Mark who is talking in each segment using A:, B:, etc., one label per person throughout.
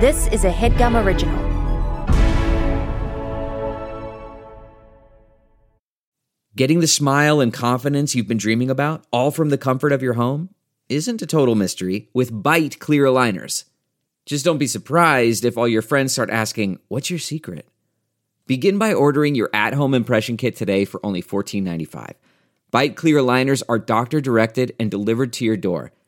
A: This is a headgum original.
B: Getting the smile and confidence you've been dreaming about, all from the comfort of your home, isn't a total mystery with bite clear aligners. Just don't be surprised if all your friends start asking, What's your secret? Begin by ordering your at home impression kit today for only $14.95. Bite clear aligners are doctor directed and delivered to your door.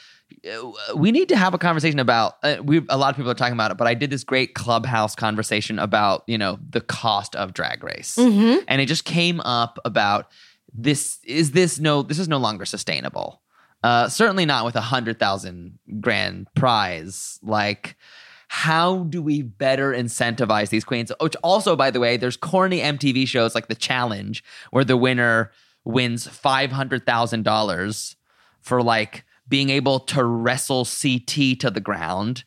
C: uh, we need to have a conversation about uh, we a lot of people are talking about it but i did this great clubhouse conversation about you know the cost of drag race
D: Mm-hmm.
C: and it just came up about this is this no this is no longer sustainable uh certainly not with a hundred thousand grand prize like how do we better incentivize these queens? Which also, by the way, there's corny MTV shows like The Challenge, where the winner wins five hundred thousand dollars for like being able to wrestle CT to the ground,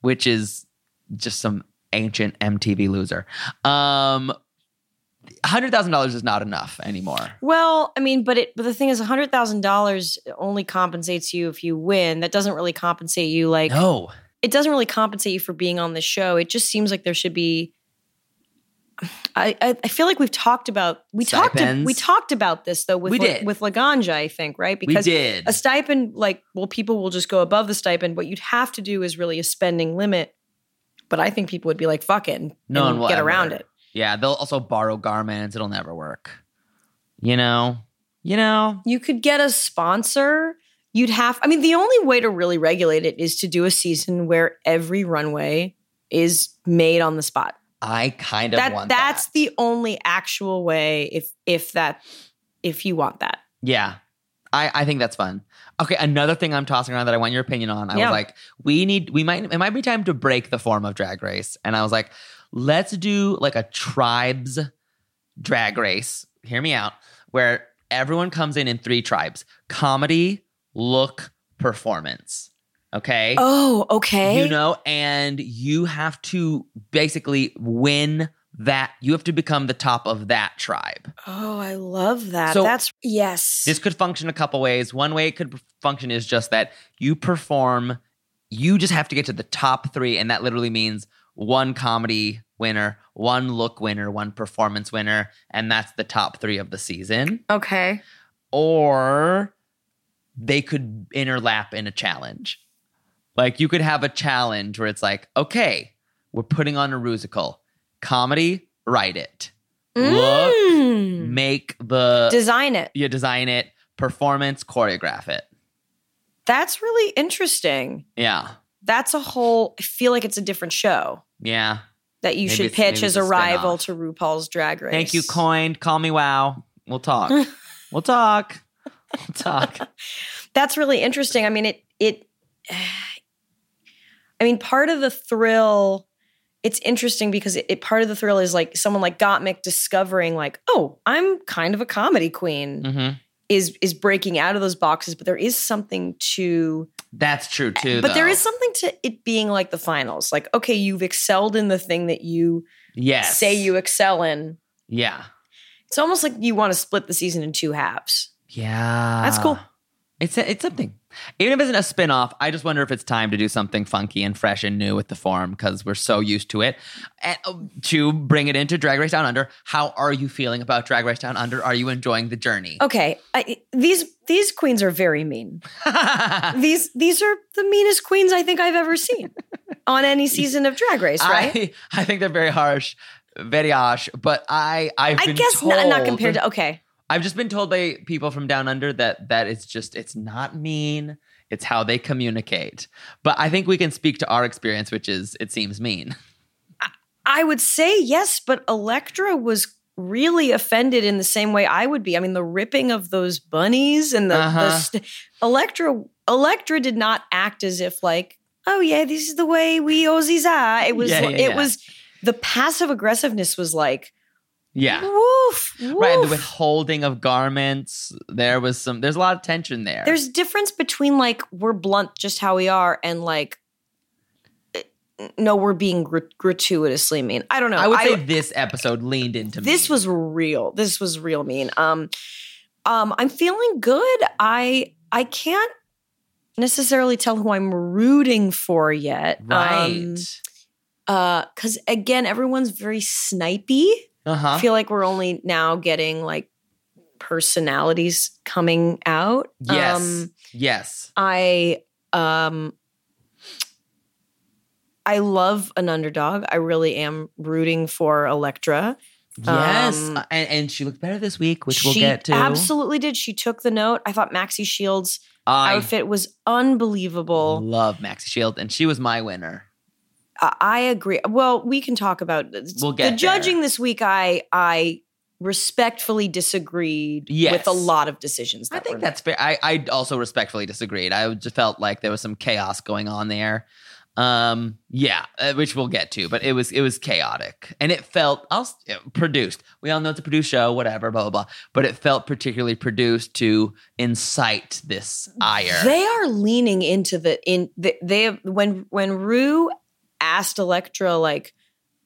C: which is just some ancient MTV loser. Um, hundred thousand dollars is not enough anymore.
D: Well, I mean, but it but the thing is hundred thousand dollars only compensates you if you win. That doesn't really compensate you like
C: No,
D: it doesn't really compensate you for being on the show. It just seems like there should be. I I, I feel like we've talked about we
C: Stipends.
D: talked we talked about this though with
C: We
D: La-
C: did.
D: with Laganja I think right
C: we
D: because
C: did.
D: a stipend like well people will just go above the stipend. What you'd have to do is really a spending limit. But I think people would be like fuck it and,
C: No
D: and
C: one will
D: get
C: ever.
D: around it.
C: Yeah, they'll also borrow garments. It'll never work. You know. You know.
D: You could get a sponsor. You'd have, I mean, the only way to really regulate it is to do a season where every runway is made on the spot.
C: I kind of
D: That
C: want
D: that's
C: that.
D: the only actual way if if that if you want that.
C: Yeah. I, I think that's fun. Okay, another thing I'm tossing around that I want your opinion on. I
D: Yeah.
C: was like, we need we might it might be time to break the form of drag race. And I was like, let's do like a tribes drag race. Hear me out, where everyone comes in in three tribes: comedy, look, performance. Okay?
D: Oh, okay.
C: You know, and you have to basically win that you have to become the top of that tribe.
D: oh, I love that.
C: So-
D: that's yes.
C: This could function a couple ways. One way it could function is just that you perform, you just have to get to the top three, and that literally means one comedy winner, one look winner, one performance winner, and that's the top three of the season.
D: okay.
C: Or they could interlap in a challenge. Like you could have a challenge where it's like, okay, we're putting on a musical, comedy, write it, look,
D: Mm.
C: make the
D: Design it.
C: you design it, performance, choreograph it.
D: That's really interesting.
C: Yeah.
D: That's a whole I feel like it's a different show
C: Yeah.
D: that you
C: Maybe
D: should
C: it's-
D: pitch
C: maybe
D: as
C: it's a
D: a rival
C: spin-off.
D: to RuPaul's Drag Race.
C: Thank you, Coined. Call me Wow. We'll talk. we'll talk. We'll talk.
D: that's really interesting. I mean, it it. I mean, part of the thrill. It's interesting because it, it- part of the thrill is like someone like Gottmik discovering like, oh, I'm kind of a comedy queen
C: hmm
D: is is breaking out of those boxes, but there is something to
C: That's true too.
D: but there
C: though.
D: is something to it being like the finals. Like, okay, you've excelled in the thing that you
C: yes.
D: say you excel in.
C: Yeah.
D: It's almost like you want to split the season in two halves.
C: Yeah.
D: That's cool.
C: It's it's something. Even if it's a spinoff, I just wonder if it's time to do something funky and fresh and new with the form because we're so used to it. And uh, to bring it into Drag Race Down Under, how are you feeling about Drag Race Down Under? Are you enjoying the journey?
D: Okay, I, these these queens are very mean. these these are the meanest queens I think I've ever seen on any season of Drag Race, right?
C: I, I think they're very harsh, very harsh. But I, I've
D: I,
C: been
D: guess not, not
C: told-
D: compared to okay.
C: I've just been told by people from down under that that is just it's not mean. It's how they communicate. But I think we can speak to our experience, which is it seems mean.
D: I would say yes, but Electra was really offended in the same way I would be. I mean, the ripping of those bunnies and the,
C: Uh-huh.
D: the st- Electra Electra did not act as if like, oh yeah, this is the way we Aussies are. It was
C: Yeah, yeah,
D: it
C: yeah.
D: was the passive aggressiveness was like
C: Yeah.
D: woof, woof.
C: Right. The withholding of garments. There was some there's a lot of tension there.
D: There's difference between like we're blunt just how we are and like eh, no, we're being gr- gratuitously mean. I don't know.
C: I would say this episode leaned into
D: this
C: mean.
D: was real. This was real mean. Um, um, I'm feeling good. I I can't necessarily tell who I'm rooting for yet. um,
C: Right.
D: uh, cause again, everyone's very snipey.
C: uh
D: I
C: huh.
D: feel like we're only now getting like personalities coming out. Um,
C: Yes. yes.
D: I um I love an underdog. I really am rooting for Electra.
C: Yes.
D: um,
C: Uh, and, and she looked better this week, which we'll
D: she
C: get to.
D: absolutely did. She took the note. I thought Maxie Shields'
C: I
D: outfit was unbelievable.
C: love Maxi Shield, and she was my winner.
D: I, I agree. Well, we can talk about
C: We'll
D: the
C: get there.
D: judging this week. I I respectfully disagreed
C: Yes.
D: with a lot of decisions. That
C: I
D: were
C: think
D: made.
C: that's fair. I, I also respectfully disagreed. I just felt like there was some chaos going on there. Um, yeah, uh, which we'll get to, but it was it was chaotic and it felt I'll s- uh, produced. We all know it's a produced show, whatever, blah blah blah. But it felt particularly produced to incite this ire.
D: They are leaning into the in the, they when when Rue asked Electra like,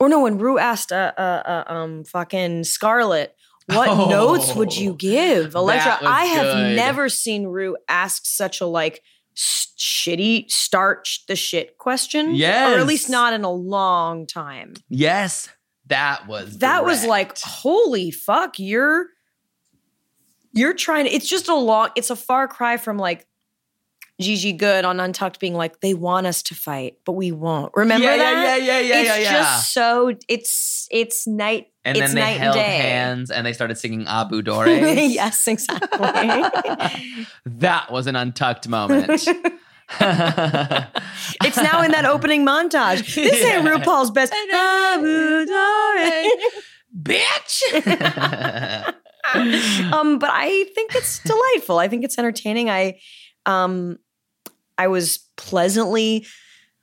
D: or no, when Rue asked uh, uh, uh um fucking Scarlet, what
C: Oh,
D: notes would you give Electra?
C: that was
D: I have
C: good.
D: never seen Rue ask such a like s- shitty starch the shit question. or at
C: Yes.
D: least not in a long time.
C: yes, that was
D: That was
C: direct.
D: like, holy fuck, you're you're trying to, it's just a long, it's a far cry from like Gigi Good on Untucked being like, they want us to fight, but we won't. Remember
C: yeah,
D: that?
C: yeah, yeah, yeah, yeah,
D: it's
C: yeah, yeah.
D: just so it's it's night
C: and
D: it's
C: then they
D: night
C: held
D: and day.
C: hands and they started singing Abu Dore.
D: yes, exactly.
C: That was an untucked moment.
D: it's now in that opening montage. This ain't
C: Yeah.
D: RuPaul's best. Abu Dhabi.
C: bitch.
D: um, but I think it's delightful. I think it's entertaining. I, um, I was pleasantly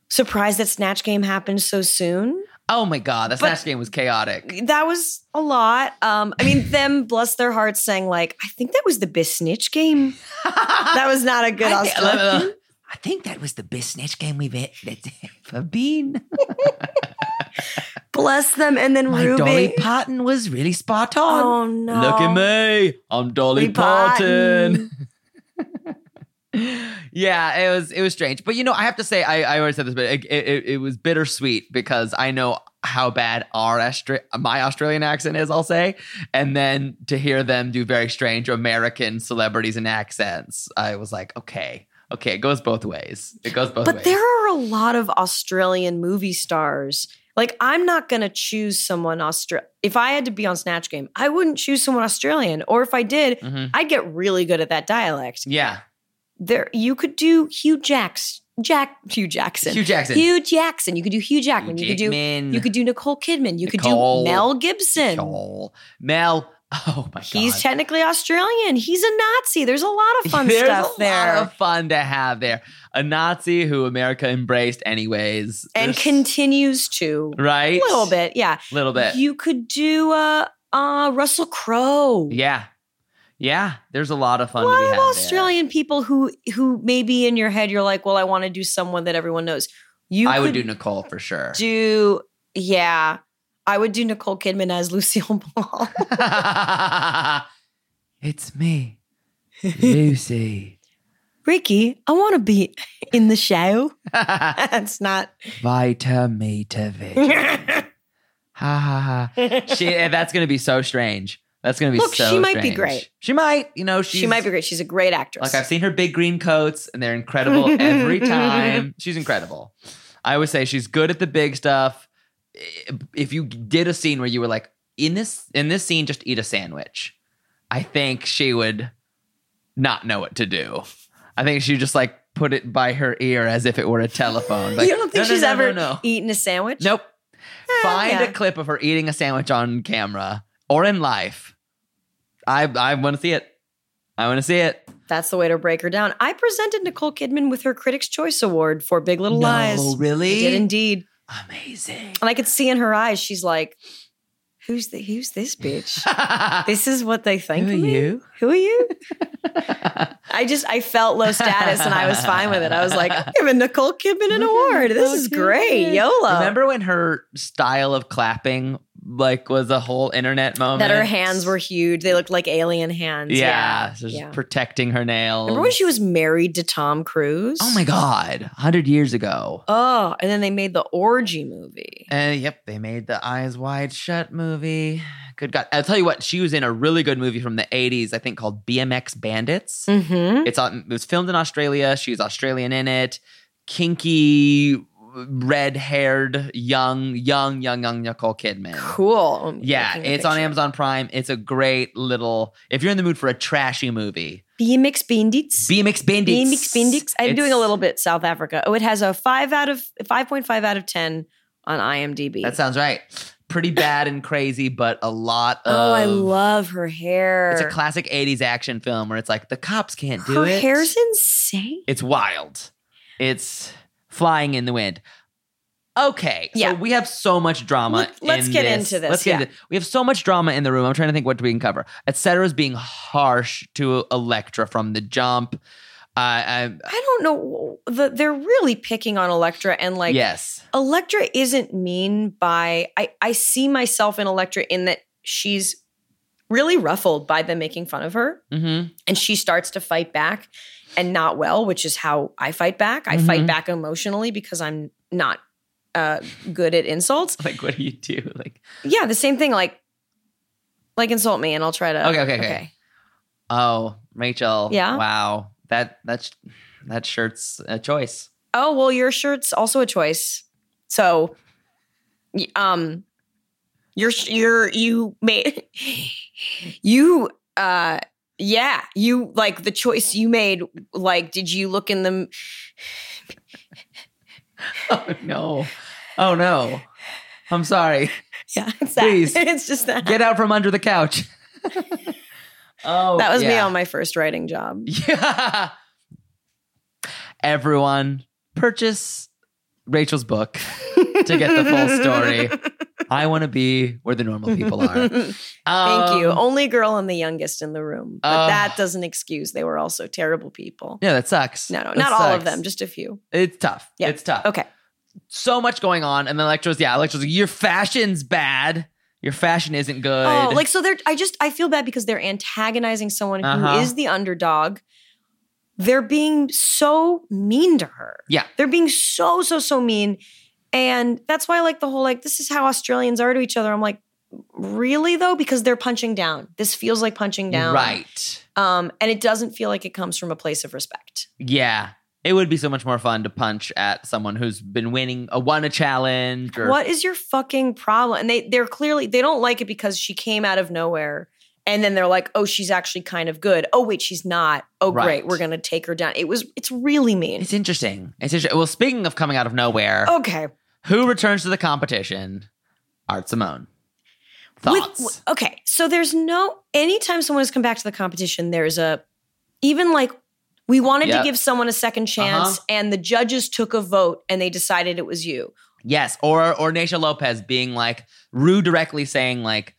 D: surprised that Snatch Game happened so soon.
C: oh my god, that
D: But-
C: snatch game was chaotic.
D: That was a lot. Um, I mean, them bless their hearts saying like, I think that was the best Snitch Game. That was not a good
C: I, uh, thi-
D: Australian.
C: I think that was the best snatch game we've e- that's ever been.
D: Bless them, and then
C: My
D: Ruby.
C: Dolly Parton was really spot on.
D: oh no!
C: Look at me, I'm Dolly
D: Dolly Parton.
C: Parton. yeah, it was it was strange, but you know, I have to say, I, I already said this, but it, it, it was bittersweet because I know how bad our Austra- my Australian accent is. I'll say, and then to hear them do very strange American celebrities and accents, I was like, okay, okay, it goes both ways. It goes both
D: But
C: ways.
D: there are a lot of Australian movie stars. Like, I'm not going to choose someone Australian. If I had to be on Snatch Game, I wouldn't choose someone Australian. Or if I did,
C: Mhm.
D: I'd get really good at that dialect.
C: yeah,
D: There, you could do Hugh Jacks, Jack, Hugh Jackson,
C: Hugh Jackson.
D: Hugh Jackson. You could do Hugh Jackman. you could do,
C: Jackman.
D: you could do Nicole Kidman. You
C: Nicole
D: could do Mel Gibson.
C: Joel. Mel. Oh my god,
D: He's technically Australian. He's a Nazi. There's a lot of fun
C: There's
D: stuff
C: a
D: there.
C: lot of fun to have there. A Nazi who America embraced, anyways,
D: and
C: There's-
D: continues to
C: right,
D: a little bit. Yeah.
C: little bit,
D: You could do uh uh Russell Crowe.
C: yeah, yeah. There's a lot of
D: A
C: fun. to be
D: lot of
C: had there.
D: Australian people who who maybe in your head you're like, well, I want to do someone that everyone knows. You
C: I would do
D: could
C: Nicole for sure.
D: do yeah. I would do Nicole Kidman as Lucille Ball.
C: it's me, Lucy
D: Ricky, I want to be in the show. That's not
C: Vitamitavic.
D: look.
C: ha ha ha. She, eh, that's gonna be so strange. That's gonna be
D: Look,
C: so
D: she might be
C: strange.
D: great.
C: She might, you know, she's,
D: She might be great. She's a great actress.
C: Like I've seen her big green coats, and they're incredible every time. She's incredible. I always say she's good at the big stuff. If you did a scene where you were like in this in this scene, just eat a sandwich. I think she would not know what to do. I think she just like put it by her ear as if it were a telephone. Like,
D: you don't think
C: "No, no,
D: she's
C: no, no,
D: ever
C: no.
D: eaten a sandwich?
C: Nope. Find
D: yeah.
C: a clip of her eating a sandwich on camera or in life. I I want to see it. I want to see it.
D: That's the way to break her down. I presented Nicole Kidman with her Critics' Choice Award for Big Little
C: No,
D: Lies.
C: really?
D: I did indeed.
C: Amazing.
D: And I could see in her eyes, she's like, "Who's the who's this bitch? this is what they think.
C: Who
D: of
C: are
D: me?
C: you?"
D: Who are you?" I just I felt low status, and I was fine with it. I was like, "I'm giving Nicole Kidman an award. This is great. YOLO."
C: Remember when her style of clapping like was a whole internet moment.
D: that her hands were huge. They looked like alien hands.
C: Yeah,
D: Yeah.
C: so she's
D: yeah.
C: protecting her nails.
D: Remember when she was married to Tom Cruise?
C: Oh my god, hundred years ago.
D: Oh, and then they made the orgy movie.
C: Uh, yep, they made the Eyes Wide Shut movie. Good God. I'll tell you what, she was in a really good movie from the 80s, I think called BMX Bandits.
D: Mm-hmm.
C: It's on, it was filmed in Australia. She was Australian in it. Kinky, red haired, young, young, young, young Nicole Kidman.
D: Cool. I'm
C: Yeah,
D: looking at
C: it's on
D: picture.
C: Amazon Prime. It's a great little, if you're in the mood for a trashy movie,
D: BMX Bandits.
C: BMX Bandits.
D: BMX Bandits. I'm doing a
C: It's-
D: little bit South Africa. Oh, it has a five out of five point five out of ten on IMDb.
C: That sounds right. Pretty bad and crazy, but a lot of.
D: oh, I love her hair.
C: It's a classic 80s action film where it's like the cops can't do
D: Her
C: it.
D: hair's insane.
C: it's wild. It's flying in the wind. Okay, so
D: Yeah.
C: we have so much drama.
D: Let- let's
C: in
D: get into this,
C: Let's get
D: yeah.
C: into- we have so much drama in the room. I'm trying to think what we can cover. Etc. is being harsh to Electra from the jump. Uh, I,
D: I don't know. The, they're really picking on Electra, and like
C: yes,
D: Electra isn't mean by I, I see myself in Electra in that she's really ruffled by them making fun of her
C: mm-hmm.
D: and she starts to fight back and not well, which is how I fight back. I
C: Mhm.
D: fight back emotionally because I'm not uh, good at insults.
C: like what do you do? Like
D: Yeah, the same thing like like insult me and I'll try to
C: Okay, okay, okay. oh, Rachel,
D: Yeah?
C: wow, that that's that shirt's a choice.
D: Oh, well your shirt's also a choice. So y- um your sh- your you made you uh yeah, you like the choice you made like did you look in the
C: Oh no, oh no, I'm sorry.
D: Yeah, it's that.
C: Please.
D: it's just that.
C: Get out from under the couch. oh,
D: that was me
C: yeah.
D: on my first writing job.
C: Yeah. Everyone, purchase Rachel's book to get the full story. I want to be where the normal people are.
D: Thank you.
C: Um,
D: Only girl and the youngest in the room. But
C: uh,
D: that doesn't excuse. They were also terrible people.
C: Yeah, that sucks.
D: No, no,
C: That
D: not all of
C: sucks.
D: them, just a few.
C: It's tough.
D: Yeah.
C: It's tough.
D: Okay.
C: So much going on. And then Electra's, yeah, Electra's like, your fashion's bad. Your fashion isn't good.
D: Oh, like so they're I just I feel bad because they're antagonizing someone who
C: Uh-huh.
D: is the underdog. They're being so mean to her.
C: Yeah.
D: They're being so, so, so mean. And that's why I like the whole like, this is how Australians are to each other. I'm like, really though? Because they're punching down. This feels like punching down.
C: Right.
D: Um, and it doesn't feel like it comes from a place of respect.
C: Yeah. It would be so much more fun to punch at someone who's been winning a won a challenge or
D: What is your fucking problem? And they they're clearly they don't like it because she came out of nowhere and then they're like, "Oh, she's actually kind of good. Oh, wait, she's not. Oh,
C: Right.
D: great. We're going to take her down." It was it's really mean.
C: It's interesting. It's interesting. Well, speaking of coming out of nowhere,
D: Okay.
C: who returns to the competition? Art Simone.
D: With-
C: Thoughts?
D: w- okay. So there's no anytime someone has come back to the competition, there's a even like we wanted
C: Yep.
D: to give someone a second chance
C: Uh-huh.
D: and the judges took a vote and they decided it was you.
C: yes, or or Naisha Lopez being like Rue directly saying like,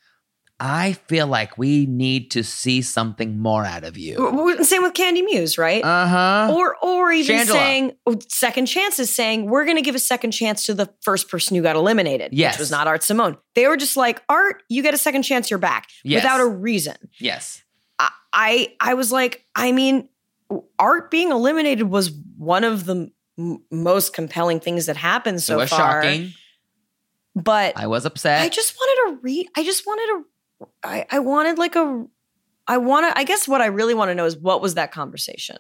C: "I feel like we need to see something more out of you."
D: W- w- Same with Candy Muse, right?
C: Uh huh.
D: or or even
C: Shangela.
D: saying oh, second chances, saying we're going to give a second chance to the first person who got eliminated,
C: Yes.
D: which was not Art Simone. They were just like, Art, you get a second chance, you're back,
C: Yes.
D: without a reason.
C: Yes.
D: I, I I was like, I mean, Art being eliminated was one of the m- most compelling things that happened so
C: it was
D: far.
C: shocking.
D: But
C: I was upset.
D: I just wanted to read. I just wanted to. I, I wanted like a. I want to. I guess what I really want to know is what was that conversation?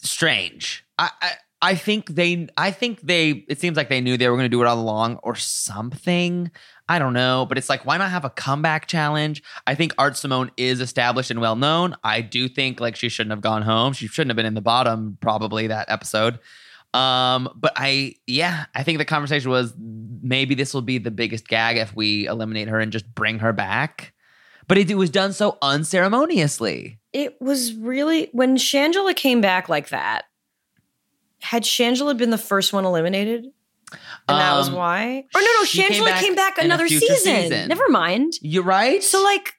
C: strange. I, I I think they I think they it seems like they knew they were going to do it all along or something. I don't know, but it's like why not have a comeback challenge? I think Art Simone is established and well known. I do think like she shouldn't have gone home. She shouldn't have been in the bottom probably that episode. Um, but I yeah, I think the conversation was maybe this will be the biggest gag if we eliminate her and just bring her back. But it, it was done so unceremoniously.
D: It was really when Shangela came back like that. Had Shangela been the first one eliminated? And that was
C: Um,
D: why? Or no, no,
C: she came
D: Shangela
C: back
D: came back
C: in a
D: another
C: future
D: season.
C: season.
D: Never mind.
C: You're right.
D: So like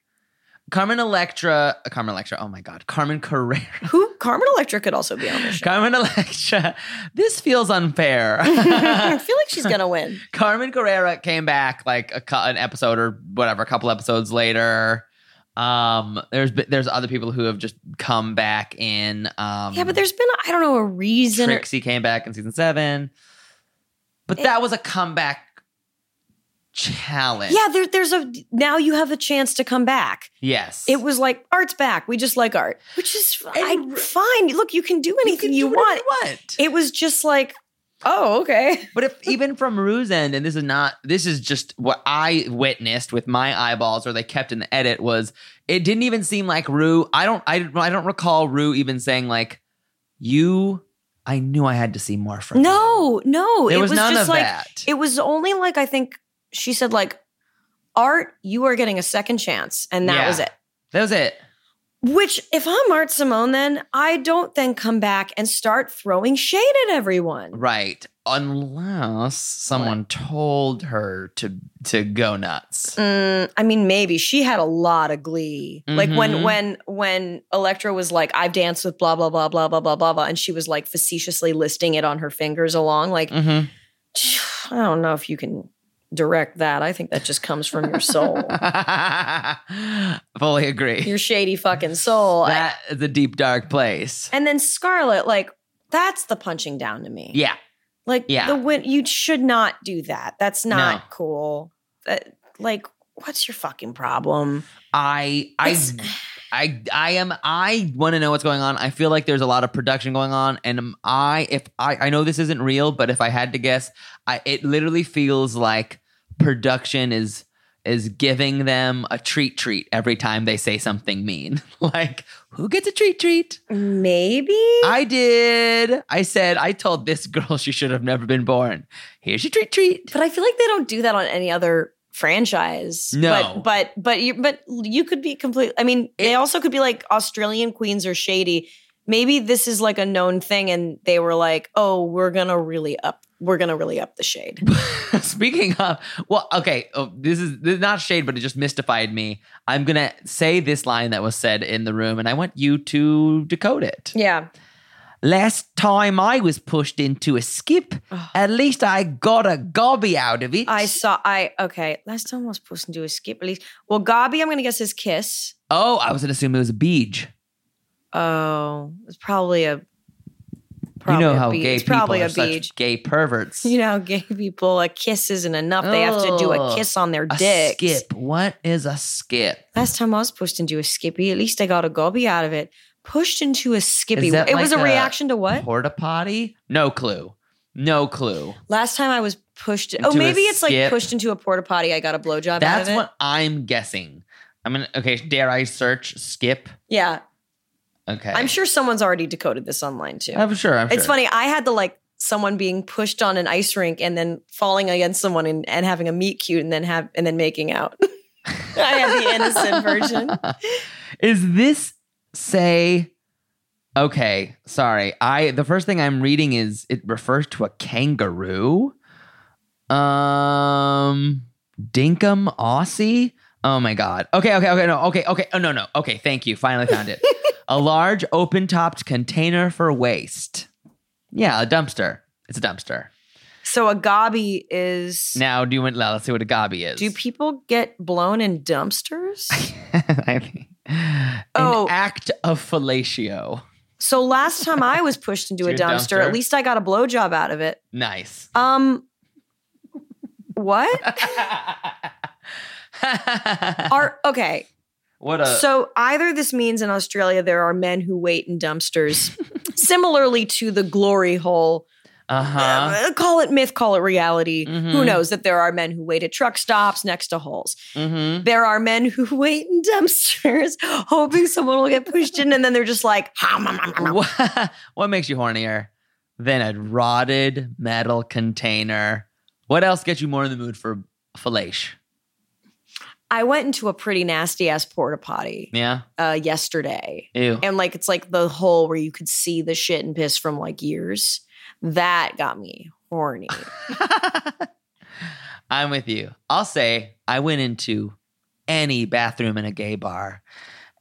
C: Carmen Electra, Carmen Electra, oh my God, Carmen Carrera.
D: Who Carmen Electra could also be on this show.
C: Carmen Electra, this feels unfair.
D: I feel like she's gonna win.
C: Carmen Carrera came back like a, cou- an episode or whatever, a couple episodes later. Um, there's been- there's other people who have just come back in. Um,
D: Yeah, but there's been I don't know a reason. Or,
C: Trixie came back in season seven, but that was a comeback challenge.
D: yeah, there, there's a now you have a chance to come back.
C: Yes.
D: It was like art's back. We just like art, which is I, fine. Look, you can do anything you,
C: do whatever
D: want.
C: want.
D: It was just like, oh okay.
C: But if even from Rue's end, and this is not, this is just what I witnessed with my eyeballs, or they kept in the edit, was it didn't even seem like Rue. I don't, I, I don't recall Rue even saying like, "You, I knew I had to see more from." you."
D: No, no.
C: There
D: it
C: was
D: was,
C: none
D: just
C: of
D: like
C: that.
D: it was only like I think she said like art, you are getting a second chance, and that
C: Yeah.
D: was it.
C: that was it.
D: Which, if I'm Art Simone, then I don't then come back and start throwing shade at everyone.
C: Right, unless someone told her to to go nuts.
D: Mm, I mean, maybe she had a lot of glee. Like
C: Mhm.
D: when when when Electra was like, "I've danced with blah blah blah blah blah blah blah blah," and she was like facetiously listing it on her fingers along. Like,
C: Mm-hmm.
D: I don't know if you can direct that. I think that just comes from your soul,
C: Fully agree.
D: your shady fucking soul.
C: that is a deep dark place.
D: and then Scarlet, like, that's the punching down to me.
C: Yeah.
D: Like
C: Yeah.
D: the win you should not do that. That's not
C: No.
D: cool. That, like what's your fucking problem?
C: I I
D: It's-
C: I I am I want to know what's going on. I feel like there's a lot of production going on, and am I if I I know this isn't real, but if I had to guess, I it literally feels like production is is giving them a treat treat every time they say something mean. like who gets a treat treat?
D: Maybe?
C: I did. I said I told this girl she should have never been born. Here's your treat treat.
D: but I feel like they don't do that on any other franchise.
C: No.
D: But but but you but you could be complete I mean, they also could be like Australian queens are shady. Maybe this is like a known thing and they were like, "Oh, we're going to really up we're going to really up the shade."
C: Speaking of, well, okay, oh, this is this is not shade, but it just mystified me. I'm gonna say this line that was said in the room, and I want you to decode it.
D: yeah.
C: Last time I was pushed into a skip, at least I got a gobby out of it.
D: I saw I okay, last time I was supposed to do a skip release. Well, Gabi, I'm going to guess his kiss.
C: oh, I was gonna assume it was a beach.
D: Oh, it's probably a.
C: You
D: Probably
C: know how
D: a beach.
C: gay
D: it's
C: people
D: probably
C: are
D: a beach.
C: such gay perverts.
D: You know, how gay people, a kiss isn't enough. They have to do a
C: Ugh.
D: kiss on their
C: Oh, a
D: dick.
C: skip. What is a skip?
D: Last time I was pushed into a skippy, at least I got a gobby out of it. Pushed into a skippy.
C: Is
D: It
C: that
D: was a
C: like a-
D: reaction to what?
C: Porta potty? No clue. No clue.
D: Last time I was pushed.
C: Into
D: oh,
C: a
D: maybe it's
C: skip.
D: like pushed into a porta potty. I got a blowjob out of
C: That's
D: it.
C: what I'm guessing. I'm gonna okay. Dare I search skip?
D: yeah,
C: Okay,
D: I'm sure someone's already decoded this online too.
C: I'm sure. I'm
D: It's
C: sure.
D: funny. I had the like someone being pushed on an ice rink and then falling against someone and, and having a meet cute and then have and then making out. I had the innocent version.
C: Is this say? Okay, sorry. I the first thing I'm reading is it refers to a kangaroo. Um, Dinkum Aussie. Oh my god. Okay, okay, okay, no, okay, okay. Oh no, no. Okay, thank you. Finally found it. a large open-topped container for waste. Yeah, a dumpster. It's a dumpster.
D: So a gobby is.
C: Now, do you want? Let's see what a gobby is.
D: do people get blown in dumpsters?
C: I mean,
D: Oh.
C: an act of fellatio.
D: so last time I was pushed into a
C: To a
D: dumpster,
C: dumpster.
D: at least I got a blowjob out of it.
C: Nice.
D: Um, what are okay?
C: what a
D: so either this means in Australia there are men who wait in dumpsters, similarly to the glory hole.
C: uh huh.
D: Uh, call it myth, call it reality.
C: Mhm.
D: Who knows that there are men who wait at truck stops next to holes.
C: Mm-hmm.
D: There are men who wait in dumpsters, hoping someone will get pushed in, and then they're just like, "Hum, hum, hum, hum, hum."
C: What, what makes you hornier than a rotted metal container? What else gets you more in the mood for fellation?
D: I went into a pretty nasty ass porta potty
C: Yeah.
D: uh, yesterday.
C: Ew.
D: And like, it's like the hole where you could see the shit and piss from like years. That got me horny.
C: I'm with you. I'll say I went into any bathroom in a gay bar.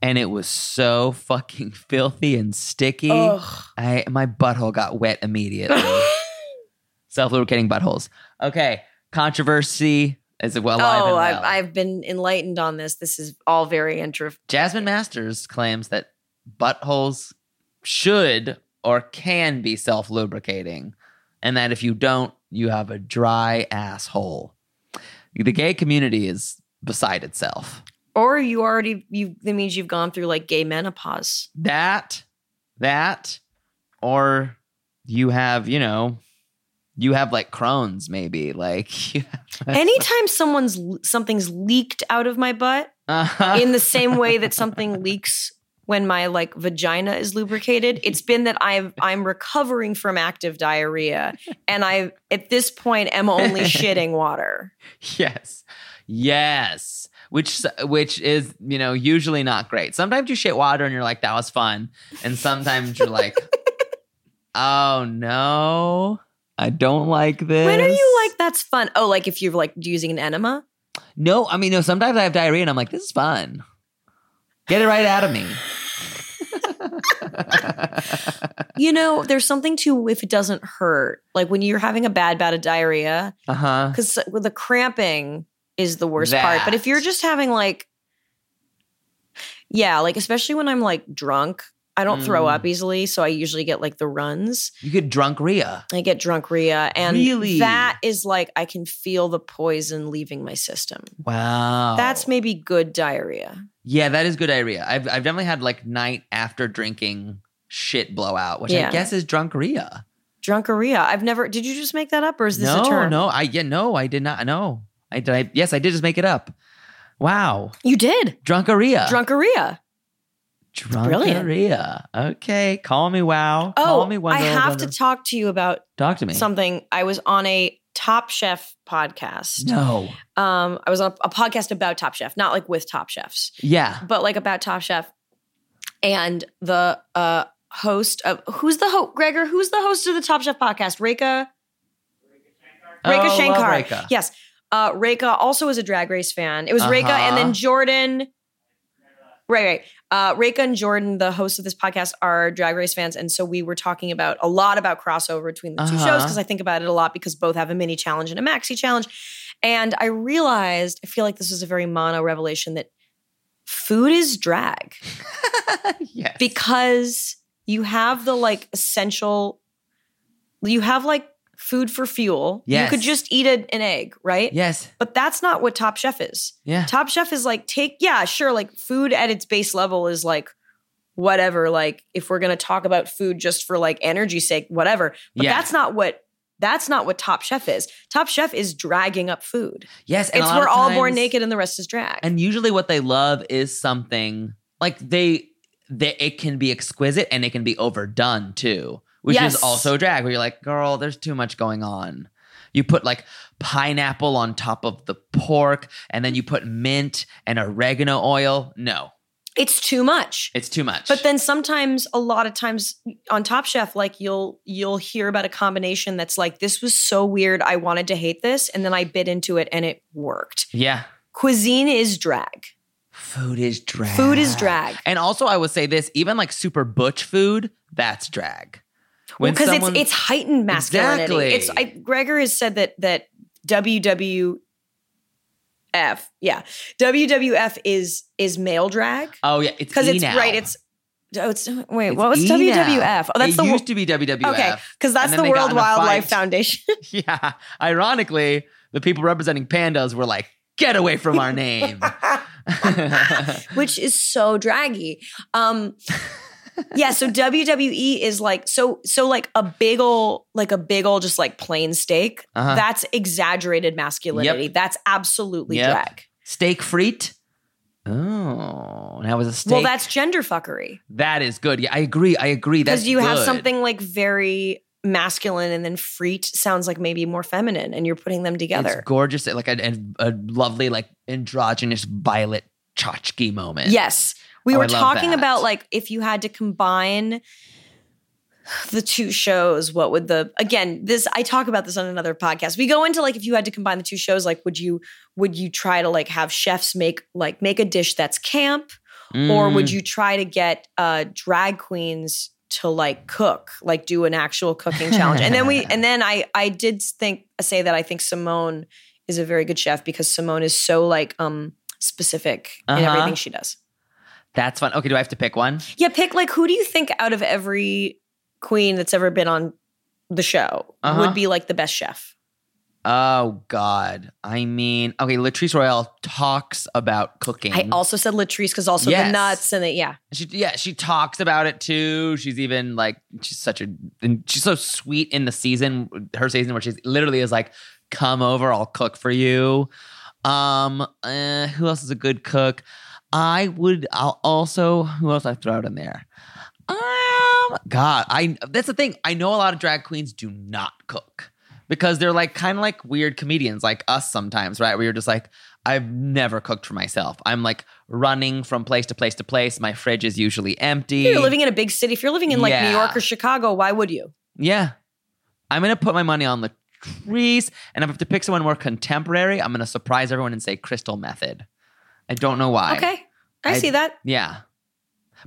C: And it was so fucking filthy and sticky. I my butthole got wet immediately. Self lubricating buttholes. Okay, controversy is well alive and
D: oh,
C: well.
D: I've, I've been enlightened on this. This is all very interesting.
C: Jasmine Masters claims that buttholes should or can be self lubricating, and that if you don't, you have a dry asshole. The gay community is beside itself.
D: Or you already you that means you've gone through like gay menopause.
C: That, that, or you have, you know, you have like Crohn's, maybe. Like, you have-
D: Anytime someone's something's leaked out of my butt
C: Uh-huh.
D: in the same way that something leaks when my like vagina is lubricated, it's been that I've I'm recovering from active diarrhea and I at this point am only shitting water.
C: Yes. Yes. Which which is, you know, usually not great. Sometimes you shit water and you're like that was fun, and sometimes you're like oh no, I don't like this.
D: When are you like that's fun? Oh, like if you're like using an enema?
C: No, I mean no, sometimes I have diarrhea and I'm like this is fun. Get it right out of me.
D: You know, there's something to if it doesn't hurt. Like when you're having a bad bout of diarrhea,
C: Uh-huh.
D: because the cramping is the worst part. But if you're
C: That.
D: just having like, yeah, like especially when I'm like drunk, I don't throw
C: Mm.
D: up easily, so I usually get like the runs.
C: You get drunk Rhea.
D: I get drunk Rhea, and
C: Really?
D: that is like I can feel the poison leaving my system.
C: Wow.
D: That's maybe good diarrhea.
C: Yeah, that is good diarrhea. I've I've definitely had like night after drinking shit blowout, which I
D: Yeah.
C: guess is drunk Rhea.
D: Drunkaria. I've never. Did you just make that up, or is this
C: no,
D: a term?
C: No, I yeah, no, I did not. No, I did. I, yes, I did just make it up. Wow,
D: you did.
C: drunkaria,
D: Drunkaria. brilliant.
C: drunkaria. Okay, call me wow.
D: Oh,
C: call me one.
D: I have to talk to you about
C: talk to me.
D: something. I was on a Top Chef podcast.
C: no,
D: um, I was on a, a podcast about Top Chef, not like with Top Chefs,
C: yeah,
D: but like about Top Chef. And the uh, host of who's the host, Gregor? Who's the host of the Top Chef podcast? Reka. Reka
C: Oh, love
D: Shankar.
C: Rekha.
D: Yes. Uh, Reka also is a drag race fan. It was Reka
C: Uh-huh.
D: and then Jordan. Right, right. Uh, Reka and Jordan, the hosts of this podcast, are drag race fans. And so we were talking about a lot about crossover between the two
C: Uh-huh.
D: shows because I think about it a lot because both have a mini challenge and a maxi challenge. And I realized, I feel like this was a very mono revelation that food is drag
C: yes.
D: because you have the like essential you have like food for fuel
C: Yes.
D: you could just eat a- an egg right
C: yes,
D: but that's not what top chef is
C: yeah,
D: top chef is like take yeah sure like food at its base level is like whatever like if we're going to talk about food just for like energy sake whatever but
C: Yeah.
D: that's not what that's not what top chef is top chef is dragging up food
C: yes. and a
D: it's
C: lot
D: we're
C: of
D: all born
C: times-
D: naked and the rest is drag
C: And usually, what they love is something like they that it can be exquisite and it can be overdone too, which is
D: Yes.
C: also drag. Where you're like, girl, there's too much going on. You put like pineapple on top of the pork, and then you put mint and oregano oil. No,
D: it's too much
C: it's too much.
D: But then sometimes a lot of times on Top Chef like you'll you'll hear about a combination that's like this was so weird I wanted to hate this and then I bit into it and it worked.
C: yeah,
D: Cuisine is drag.
C: food is drag.
D: Food is drag.
C: And also, I would say this: even like super butch food, that's drag. When
D: Because
C: someone-
D: it's it's heightened masculinity.
C: Exactly.
D: It's I, Gregor has said that that WWF yeah WWF is is male drag
C: oh yeah, it's
D: because it's
C: E now.
D: right it's oh, it's wait
C: It's
D: what was
C: E now.
D: WWF oh that's
C: it
D: the wo-
C: used to be WWF.
D: okay because that's
C: then
D: the
C: they got
D: World
C: in a
D: Wildlife
C: fight.
D: Foundation
C: Yeah. Ironically, the people representing pandas were like, get away from our name. Uh-huh.
D: which is so draggy. Um yeah, so WWE is like so so like a big ol' like a big ol' just like plain steak.
C: Uh-huh.
D: That's exaggerated masculinity. That's absolutely
C: Yep.
D: drag.
C: steak frite. Oh, that was a steak.
D: Well, that's gender fuckery
C: that is good. Yeah, I agree. I agree. That's
D: because you have
C: good.
D: something like very masculine and then freet sounds like maybe more feminine and you're putting them
C: It's
D: together.
C: gorgeous, like a, a, a lovely, like androgynous violet tchotchke moment.
D: Yes. We
C: Oh, I
D: were
C: love
D: talking
C: that.
D: about like if you had to combine the two shows, what would the again, this I talk about this on another podcast. We go into like if you had to combine the two shows, like would you would you try to like have chefs make like make a dish that's camp? Or
C: Mm,
D: would you try to get uh drag queens to like cook, like do an actual cooking challenge? And then we and then I I did think say that I think Simone is a very good chef because Simone is so like um specific in
C: Uh-huh.
D: everything she does.
C: That's fun. Okay, do I have to pick one?
D: Yeah, pick like who do you think out of every queen that's ever been on the show
C: Uh-huh.
D: would be like the best chef?
C: Oh God. I mean, okay, Latrice Royale talks about cooking.
D: I also said Latrice because also
C: Yes.
D: the nuts and the yeah.
C: She, yeah, she talks about it too. She's even like, she's such a, and she's so sweet in the season, her season where she's literally is like, come over, I'll cook for you. Um, uh, who else is a good cook? I would, I'll also, who else I throw out in there? Um, God, I, that's the thing. I know a lot of drag queens do not cook because they're like kind of like weird comedians like us sometimes, right? Where you're just like, I've never cooked for myself. I'm like running from place to place to place. My fridge is usually empty.
D: You're living in a big city. If you're living in like
C: Yeah.
D: New York or Chicago, why would you?
C: yeah. I'm going to put my money on the trees. And if I have to pick someone more contemporary, I'm going to surprise everyone and say Crystal Method. I don't know why.
D: Okay. I,
C: I-
D: see that.
C: Yeah.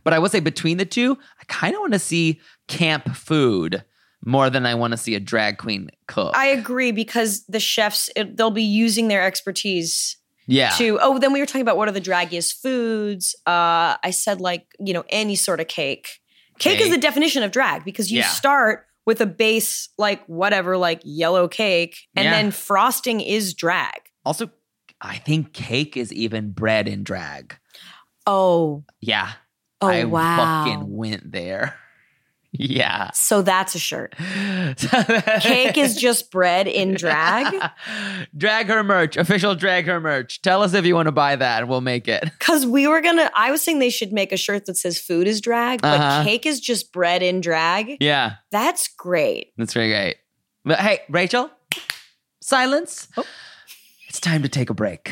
C: But I will say between the two, I kind of want to see camp food more than I want to see a drag queen cook.
D: I agree because the chefs it, they'll be using their expertise
C: yeah.
D: to oh then we were talking about what are the draggiest foods. Uh I said like, you know, any sort of cake. Cake, is the
C: Cake.
D: definition of drag because you
C: Yeah.
D: start with a base like whatever like yellow cake and
C: Yeah.
D: then frosting is drag.
C: Also, I think cake is even bread in drag.
D: Oh.
C: Yeah.
D: Oh
C: I
D: wow.
C: fucking went there. Yeah.
D: so that's a shirt.
C: Cake
D: Cake is just bread in drag.
C: drag her merch, official drag her merch. Tell us if you want to buy that and we'll make it.
D: Cause we were gonna, I was saying they should make a shirt that says food is drag, but
C: Uh-huh.
D: cake is just bread in drag.
C: Yeah.
D: That's great.
C: That's very great. But hey, Rachel, silence. It's time to take a break.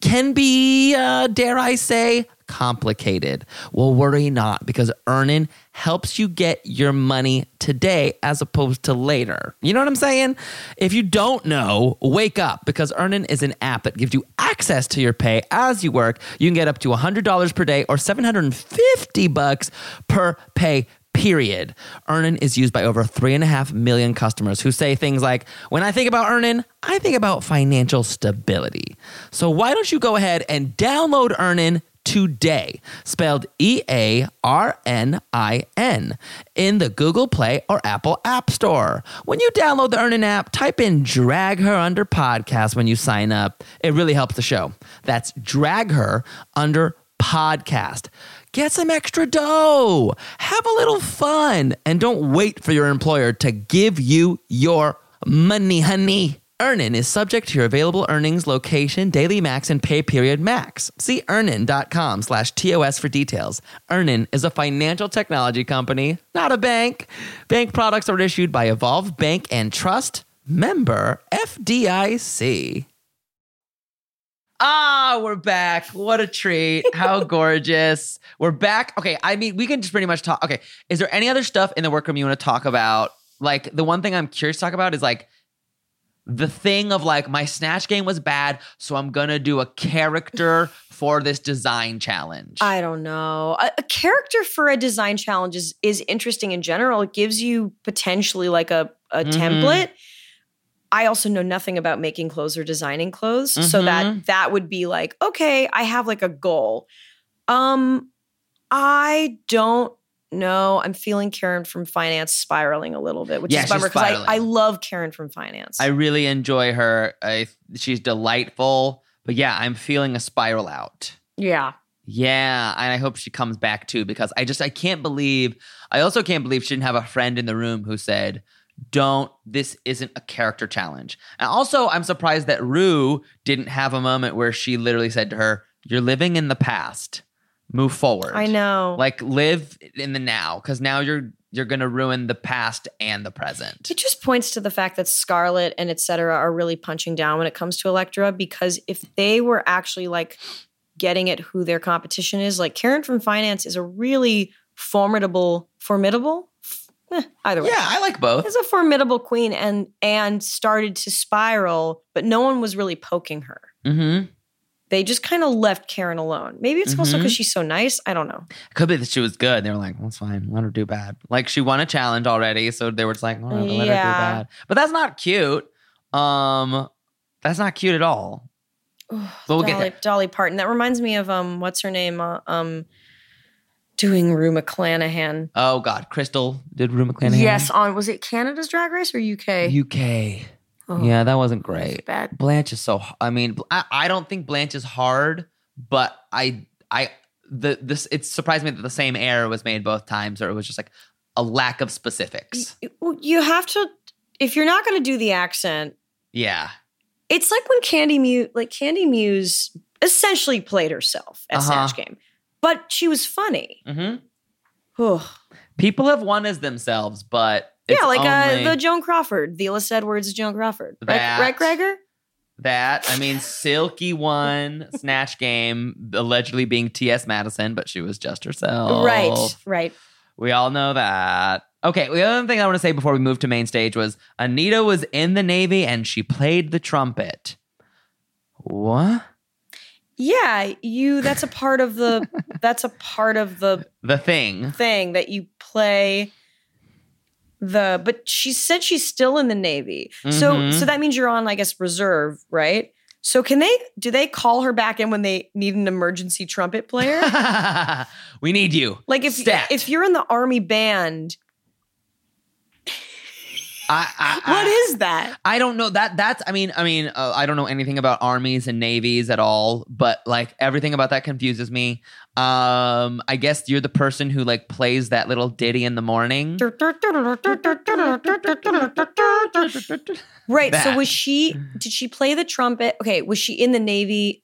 C: can be, uh, dare I say, complicated. Well, worry not because earning helps you get your money today as opposed to later. You know what I'm saying? If you don't know, wake up because earning is an app that gives you access to your pay as you work. You can get up to $100 per day or 750 bucks per pay period. Earnin is used by over three and a half million customers who say things like, When I think about Earnin, I think about financial stability. So why don't you go ahead and download Earnin
E: today, spelled E A R N I N, in the Google Play or Apple App Store. When you download the Earnin app, type in Drag Her Under Podcast when you sign up. It really helps the show. That's Drag Her Under Podcast. Get some extra dough, have a little fun, and don't wait for your employer to give you your money, honey. Earnin is subject to your available earnings, location, daily max, and pay period max. See earnin.com slash TOS for details. Earnin is a financial technology company, not a bank. Bank products are issued by Evolve Bank and Trust, member FDIC.
C: Ah, we're back. What a treat. How gorgeous. We're back. Okay, I mean, we can just pretty much talk. Okay, is there any other stuff in the workroom you want to talk about? Like, the one thing I'm curious to talk about is like the thing of like, my snatch game was bad, so I'm going to do a character for this design challenge.
D: I don't know. A, a character for a design challenge is is interesting in general. It gives you potentially like a a
C: Mhm.
D: template. I also know nothing about making clothes or designing clothes, so
C: Mm-hmm.
D: that that would be like, okay, I have like a goal. Um I don't know. I'm feeling Karen from finance spiraling a little bit, which
C: Yeah,
D: is
C: she's
D: a bummer because
C: spiraling.
D: I, I love Karen from finance.
C: I really enjoy her. I, she's delightful. But yeah, I'm feeling a spiral out.
D: yeah.
C: Yeah, and I hope she comes back too because I just I can't believe I also can't believe she didn't have a friend in the room who said, "Don't this isn't a character challenge." And also, I'm surprised that Rue didn't have a moment where she literally said to her, "You're living in the past. Move forward."
D: I know.
C: Like live in the now cuz now you're you're going to ruin the past and the present.
D: It just points to the fact that Scarlet and et cetera are really punching down when it comes to Electra because if they were actually like getting at who their competition is, like Karen from Finance is a really formidable, formidable, Eh, either way.
C: Yeah, I like both.
D: Is a formidable queen and and started to spiral, but no one was really poking her.
C: Mhm.
D: They just kind of left Karen alone. Maybe it's also because she's so nice. I don't know.
C: Could be that she was good. They were like, "That's fine. Let her do bad." Like she won a challenge already, so they were just like, "All right, we'll let
D: Yeah.
C: her do bad." But that's not cute. Um, that's not cute at all. But we'll get
D: Dolly,
C: there.
D: Dolly Parton. That reminds me of um, what's her name? Uh, um, doing Rue McClanahan.
C: Oh God, Crystal did Rue McClanahan.
D: Yes, on was it Canada's Drag Race or UK?
C: UK.
D: Oh,
C: Yeah, that wasn't
D: that's
C: great.
D: Bad.
C: Blanche is so. h- I mean, I, I don't think Blanche is hard, but I, I, the this it surprised me that the same error was made both times, or it was just like a lack of specifics.
D: Well, You have to if you're not going to do the accent.
C: Yeah.
D: It's like when Candy Muse, like Candy Muse, essentially played herself at
C: Uh-huh.
D: Snatch Game, but she was funny.
C: Mm-hmm.
D: Whew.
C: People have won as themselves, but it's
D: yeah, like
C: only
D: uh, the Joan Crawford, the Alyssa Edwards Joan Crawford, right?
C: That-
D: Right, Gregor?
C: that. I mean, Silky won Snatch Game, allegedly being T.S. Madison, but she was just herself.
D: Right, right.
C: We all know that. Okay, the other thing I want to say before we move to main stage was Anita was in the Navy and she played the trumpet. What?
D: Yeah, you. That's a part of the. that's a part of the
C: The thing.
D: thing that you play the but she said she's still in the navy so
C: Mhm.
D: so that means you're on i guess reserve right so can they do they call her back in when they need an emergency trumpet player
C: we need you.
D: like if
C: Stat.
D: if you're in the army band
C: I, I, I-
D: what is that
C: I don't know that. That's I mean I mean uh, I don't know anything about armies and navies at all. But like everything about that confuses me. Um, I guess you're the person who like plays that little ditty in the morning.
D: right so
C: That.
D: was she did she play the trumpet okay was she in the navy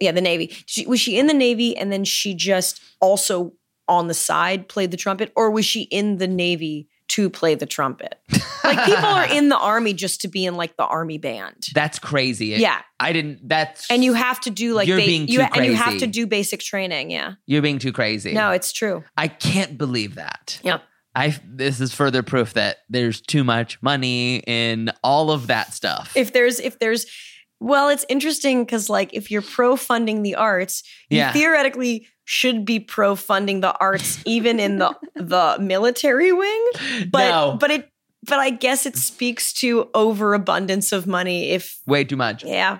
D: yeah the navy Did she, was she in the navy and then she just also on the side played the trumpet or was she in the navy to play the trumpet like people are in the army just to be in like the army band
C: That's crazy.
D: yeah
C: I didn't. That's
D: and you have to do like
C: You're being
D: you,
C: too
D: and you have
C: crazy.
D: to do basic training yeah
C: you're being too crazy.
D: no it's true
C: I can't believe that.
D: yeah
C: I this is further proof that there's too much money in all of that stuff.
D: if there's if there's well it's interesting because like if you're pro funding the arts
C: Yeah.
D: you theoretically should be pro funding the arts even in the the military wing but
C: No.
D: but it but i guess it speaks to overabundance of money if
C: Way too much.
D: yeah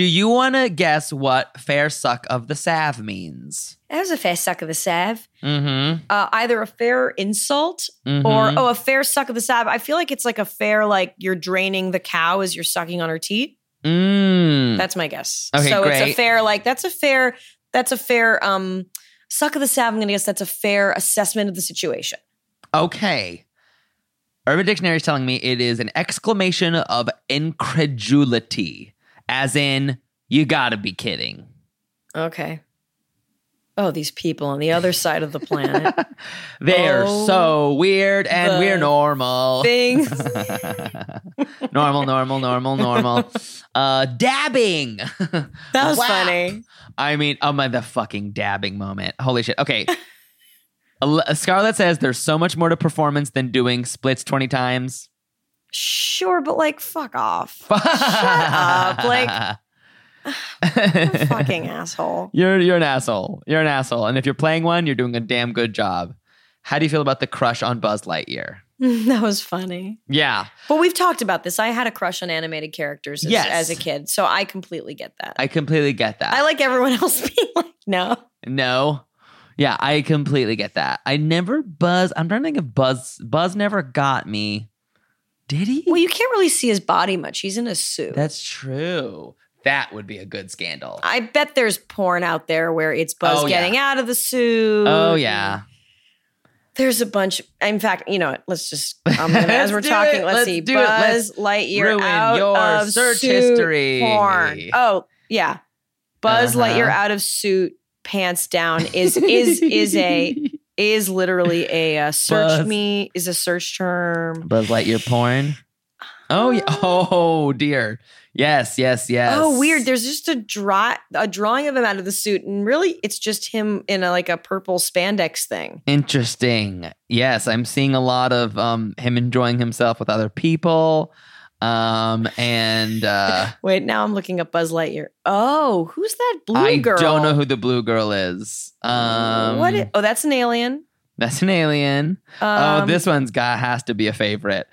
C: Do you want to guess what fair suck of the salve means?
D: That was a fair suck of the salve.
C: Mm
D: Uh, either a fair insult
C: hmm.
D: or oh, a fair suck of the salve. I feel like it's like a fair like you're draining the cow as you're sucking on her teat.
C: mm.
D: That's my guess.
C: Okay,
D: so it's a
C: great.
D: fair like that's a fair that's a fair um suck of the salve. I'm gonna guess that's a fair assessment of the situation.
C: Okay. Urban Dictionary is telling me it is an exclamation of incredulity, as in, you gotta be kidding.
D: Okay. Oh, these people on the other side of the planet.
C: They're
D: Oh,
C: so weird and
D: the
C: we're normal.
D: Things.
C: normal, normal, normal, normal. Uh, dabbing.
D: That was
C: Whap.
D: funny.
C: I mean, oh my, the fucking dabbing moment. Holy shit. Okay. Al- Scarlett says there's so much more to performance than doing splits 20 times.
D: Sure, but like fuck off. up, like- Fucking asshole.
C: You're you're an asshole. You're an asshole. And if you're playing one, you're doing a damn good job. How do you feel about the crush on Buzz Lightyear?
D: that was funny.
C: Yeah,
D: But we've talked about this. I had a crush on animated characters as,
C: Yes.
D: as a kid, so I completely get that.
C: I completely get that.
D: I like everyone else being like, no.
C: no. Yeah, I completely get that. I never Buzz. I'm trying to think of Buzz. Buzz never got me. Did he?
D: Well, you can't really see his body much. He's in a suit.
C: That's true. That would be a good scandal.
D: I bet there's porn out there where it's Buzz
C: Oh, yeah.
D: getting out of the suit.
C: oh yeah.
D: There's a bunch. In fact, you know what? Let's just, I'm gonna, as
C: Let's
D: we're
C: do
D: talking,
C: it.
D: let's,
C: Let's
D: see.
C: do it. Let's
D: Buzz Lightyear
C: ruin
D: out
C: your
D: of
C: search
D: suit
C: history.
D: Porn. Oh, yeah. Buzz
C: Uh-huh.
D: Lightyear out of suit, pants down is is is a is literally a uh, search
C: Buzz.
D: me is a search term.
C: Buzz Lightyear porn. Oh yeah. Oh dear. Yes. Yes. Yes.
D: Um, Oh, weird. There's just a draw a drawing of him out of the suit, and really, it's just him in a, like a purple spandex thing.
C: Interesting. Yes, I'm seeing a lot of um him enjoying himself with other people. Um and uh
D: Wait, now I'm looking up Buzz Lightyear. Oh, who's that blue
C: I
D: girl?
C: don't know who the blue girl is. Um
D: what? i- oh, that's an alien.
C: That's an alien. oh,
D: Um,
C: this one's got has to be a favorite.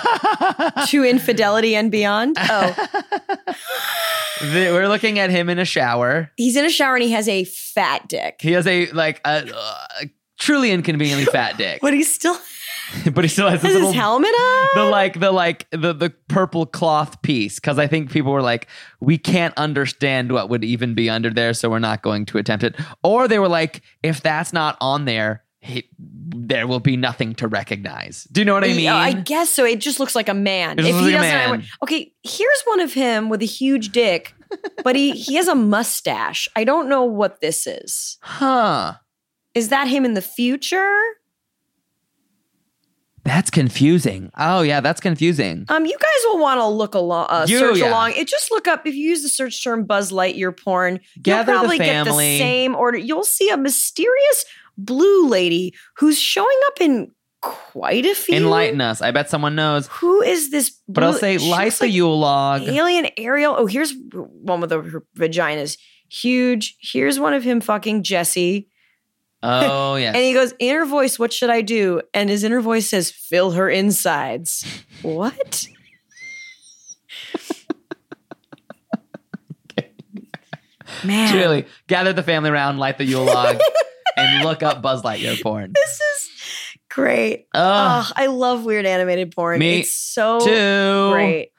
D: to infidelity and beyond. Oh,
C: The- We're looking at him in a shower.
D: he's in a shower and he has a fat dick,
C: He has a like a, a truly inconveniently fat dick.
D: but he still
C: but he still has this
D: has his
C: little
D: helmet on.
C: the like the like the the purple cloth piece because I think people were like, we can't understand what would even be under there, so we're not going to attempt it. Or they were like, if that's not on there, he, there will be nothing to recognize. Do you know what I mean?
D: Yeah, I guess so. It just looks like a man.
C: It just
D: if
C: looks
D: he
C: like a
D: doesn't, I
C: man.
D: would- okay. Here's one of him with a huge dick, but he he has a mustache. I don't know what this is.
C: huh?
D: Is that him in the future?
C: That's confusing. Oh yeah, that's confusing.
D: Um, you guys will want to look along, uh,
C: You,
D: search
C: yeah.
D: along. It just look up if you use the search term Buzz Lightyear porn.
C: Gather the
D: you'll probably
C: family.
D: get the same order. You'll see a mysterious blue lady who's showing up in quite a few.
C: Enlighten us. I bet someone knows.
D: Who is this?
C: But I'll
D: blue-
C: say
D: she looks
C: Lisa
D: like
C: Yule log.
D: Alien Ariel. Oh, here's one with the, her vagina's huge. Here's one of him fucking Jesse.
C: Oh yeah.
D: And he goes, Inner voice, what should I do? And his inner voice says, Fill her insides. what? Man,
C: Truly, gather the family around, light the Yule log, and look up Buzz Lightyear porn.
D: this is great.
C: Oh,
D: Ugh, I love weird animated porn.
C: Me
D: it's so
C: two.
D: great.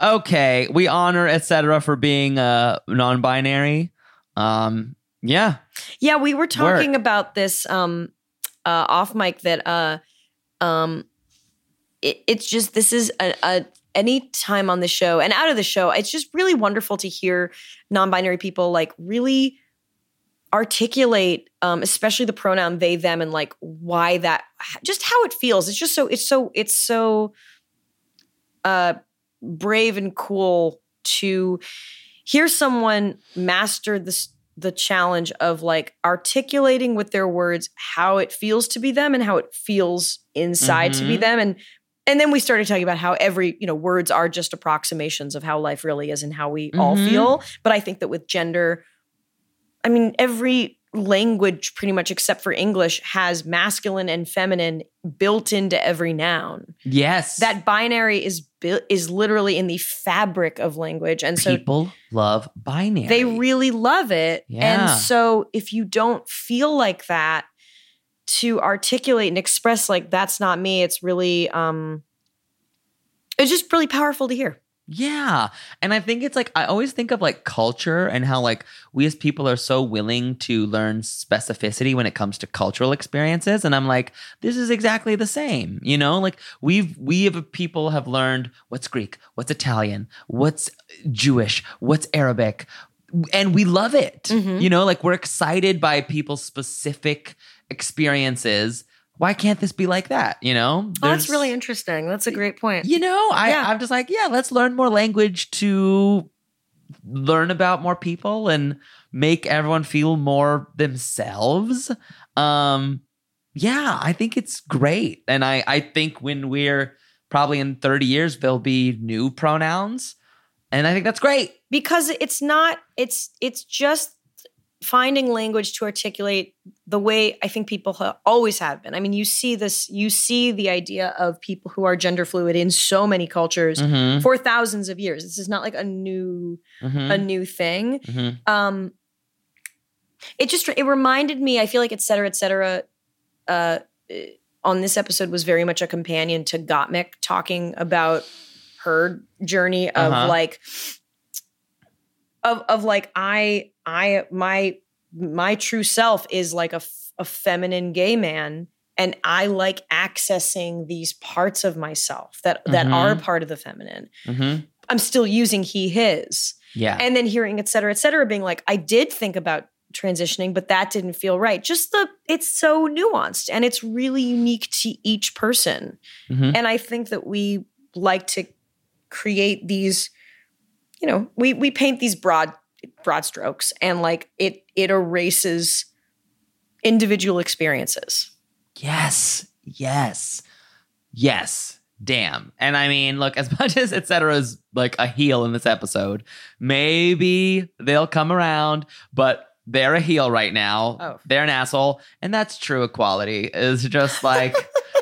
C: okay we honor etc for being uh non-binary um yeah
D: Yeah, we were talking about this um uh off mic that uh um it, it's just this is a, a any time on the show and out of the show, it's just really wonderful to hear non-binary people like really articulate um especially the pronoun they them and like why that just how it feels it's just so it's so it's so uh brave and cool to hear someone master this the challenge of like articulating with their words how it feels to be them and how it feels inside to be
C: Mhm.
D: them and and then we started talking about how every you know words are just approximations of how life really is and how we all
C: Mhm.
D: feel but i think that with gender i mean every language, pretty much except for English, has masculine and feminine built into every noun.
C: Yes.
D: That binary is bu- is literally in the fabric of language, and so
C: people love binary.
D: they really love it.
C: Yeah.
D: And so if you don't feel like that to articulate and express like that's not me, it's really um it's just really powerful to hear.
C: Yeah. And I think it's like, I always think of like culture and how like we as people are so willing to learn specificity when it comes to cultural experiences. And I'm like, this is exactly the same. You know, like we've, we of people have learned what's Greek, what's Italian, what's Jewish, what's Arabic. And we love it.
D: Mm-hmm.
C: You know, like we're excited by people's specific experiences. Why can't this be like that? You know,
D: Oh, that's
C: There's-
D: really interesting. That's a great point.
C: you know, I,
D: Yeah.
C: I'm just like, yeah, let's learn more language to learn about more people and make everyone feel more themselves. Um, yeah, I think it's great. And I, I think when we're probably in 30 years, there'll be new pronouns. And I think that's great.
D: because it's not it's it's just finding language to articulate the way i think people ha- always have been i mean you see this you see the idea of people who are gender fluid in so many cultures
C: Mm-hmm.
D: for thousands of years this is not like a new a
C: Mm-hmm.
D: new thing um it just it reminded me i feel like et cetera et cetera uh eh, on this episode was very much a companion to gottmik talking about her journey of
C: Uh-huh.
D: like of of like i i my my true self is like a, f- a feminine gay man and i like accessing these parts of myself that that
C: Mhm.
D: are part of the feminine
C: hmm
D: i'm still using he his
C: Yeah.
D: and then hearing et cetera et cetera being like i did think about transitioning but that didn't feel right just the it's so nuanced and it's really unique to each person
C: Mhm.
D: and i think that we like to create these you know we we paint these broad broad strokes and like it it erases individual experiences
C: Yes, yes, yes. Damn. And I mean, look, as much as etc. is like a heel in this episode, maybe they'll come around, but they're a heel right now.
D: Oh.
C: They're an asshole. And that's true equality, is just like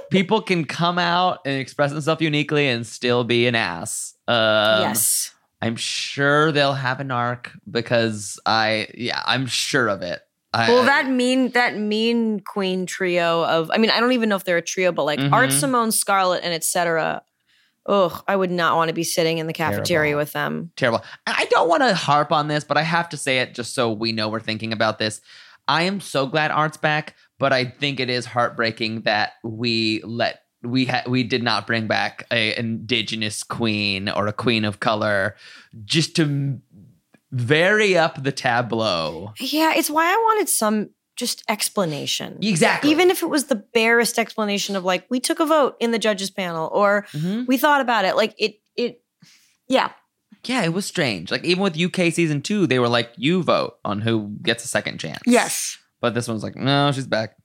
C: people can come out and express themselves uniquely and still be an ass. Um,
D: yes
C: I'm sure they'll have an arc because I, yeah, I'm sure of it. I-
D: Well, that mean that mean queen trio of I mean, I don't even know if they're a trio, but like Art
C: Mhm.
D: Simone, Scarlett, and etc. Ugh, I would not want to be sitting in the cafeteria
C: Terrible.
D: with them.
C: terrible. And I don't want to harp on this, but I have to say it just so we know we're thinking about this. I am so glad Art's back, but I think it is heartbreaking that we let we ha- we did not bring back a indigenous queen or a queen of color just to m- vary up the tableau.
D: Yeah, it's why I wanted some just explanation.
C: Exactly.
D: Even if it was the barest explanation of like we took a vote in the judges panel or
C: Mhm.
D: we thought about it. Like it it yeah.
C: yeah, it was strange. Like even with UK season two, they were like, "You vote on who gets a second chance." But this one's like, no, she's back.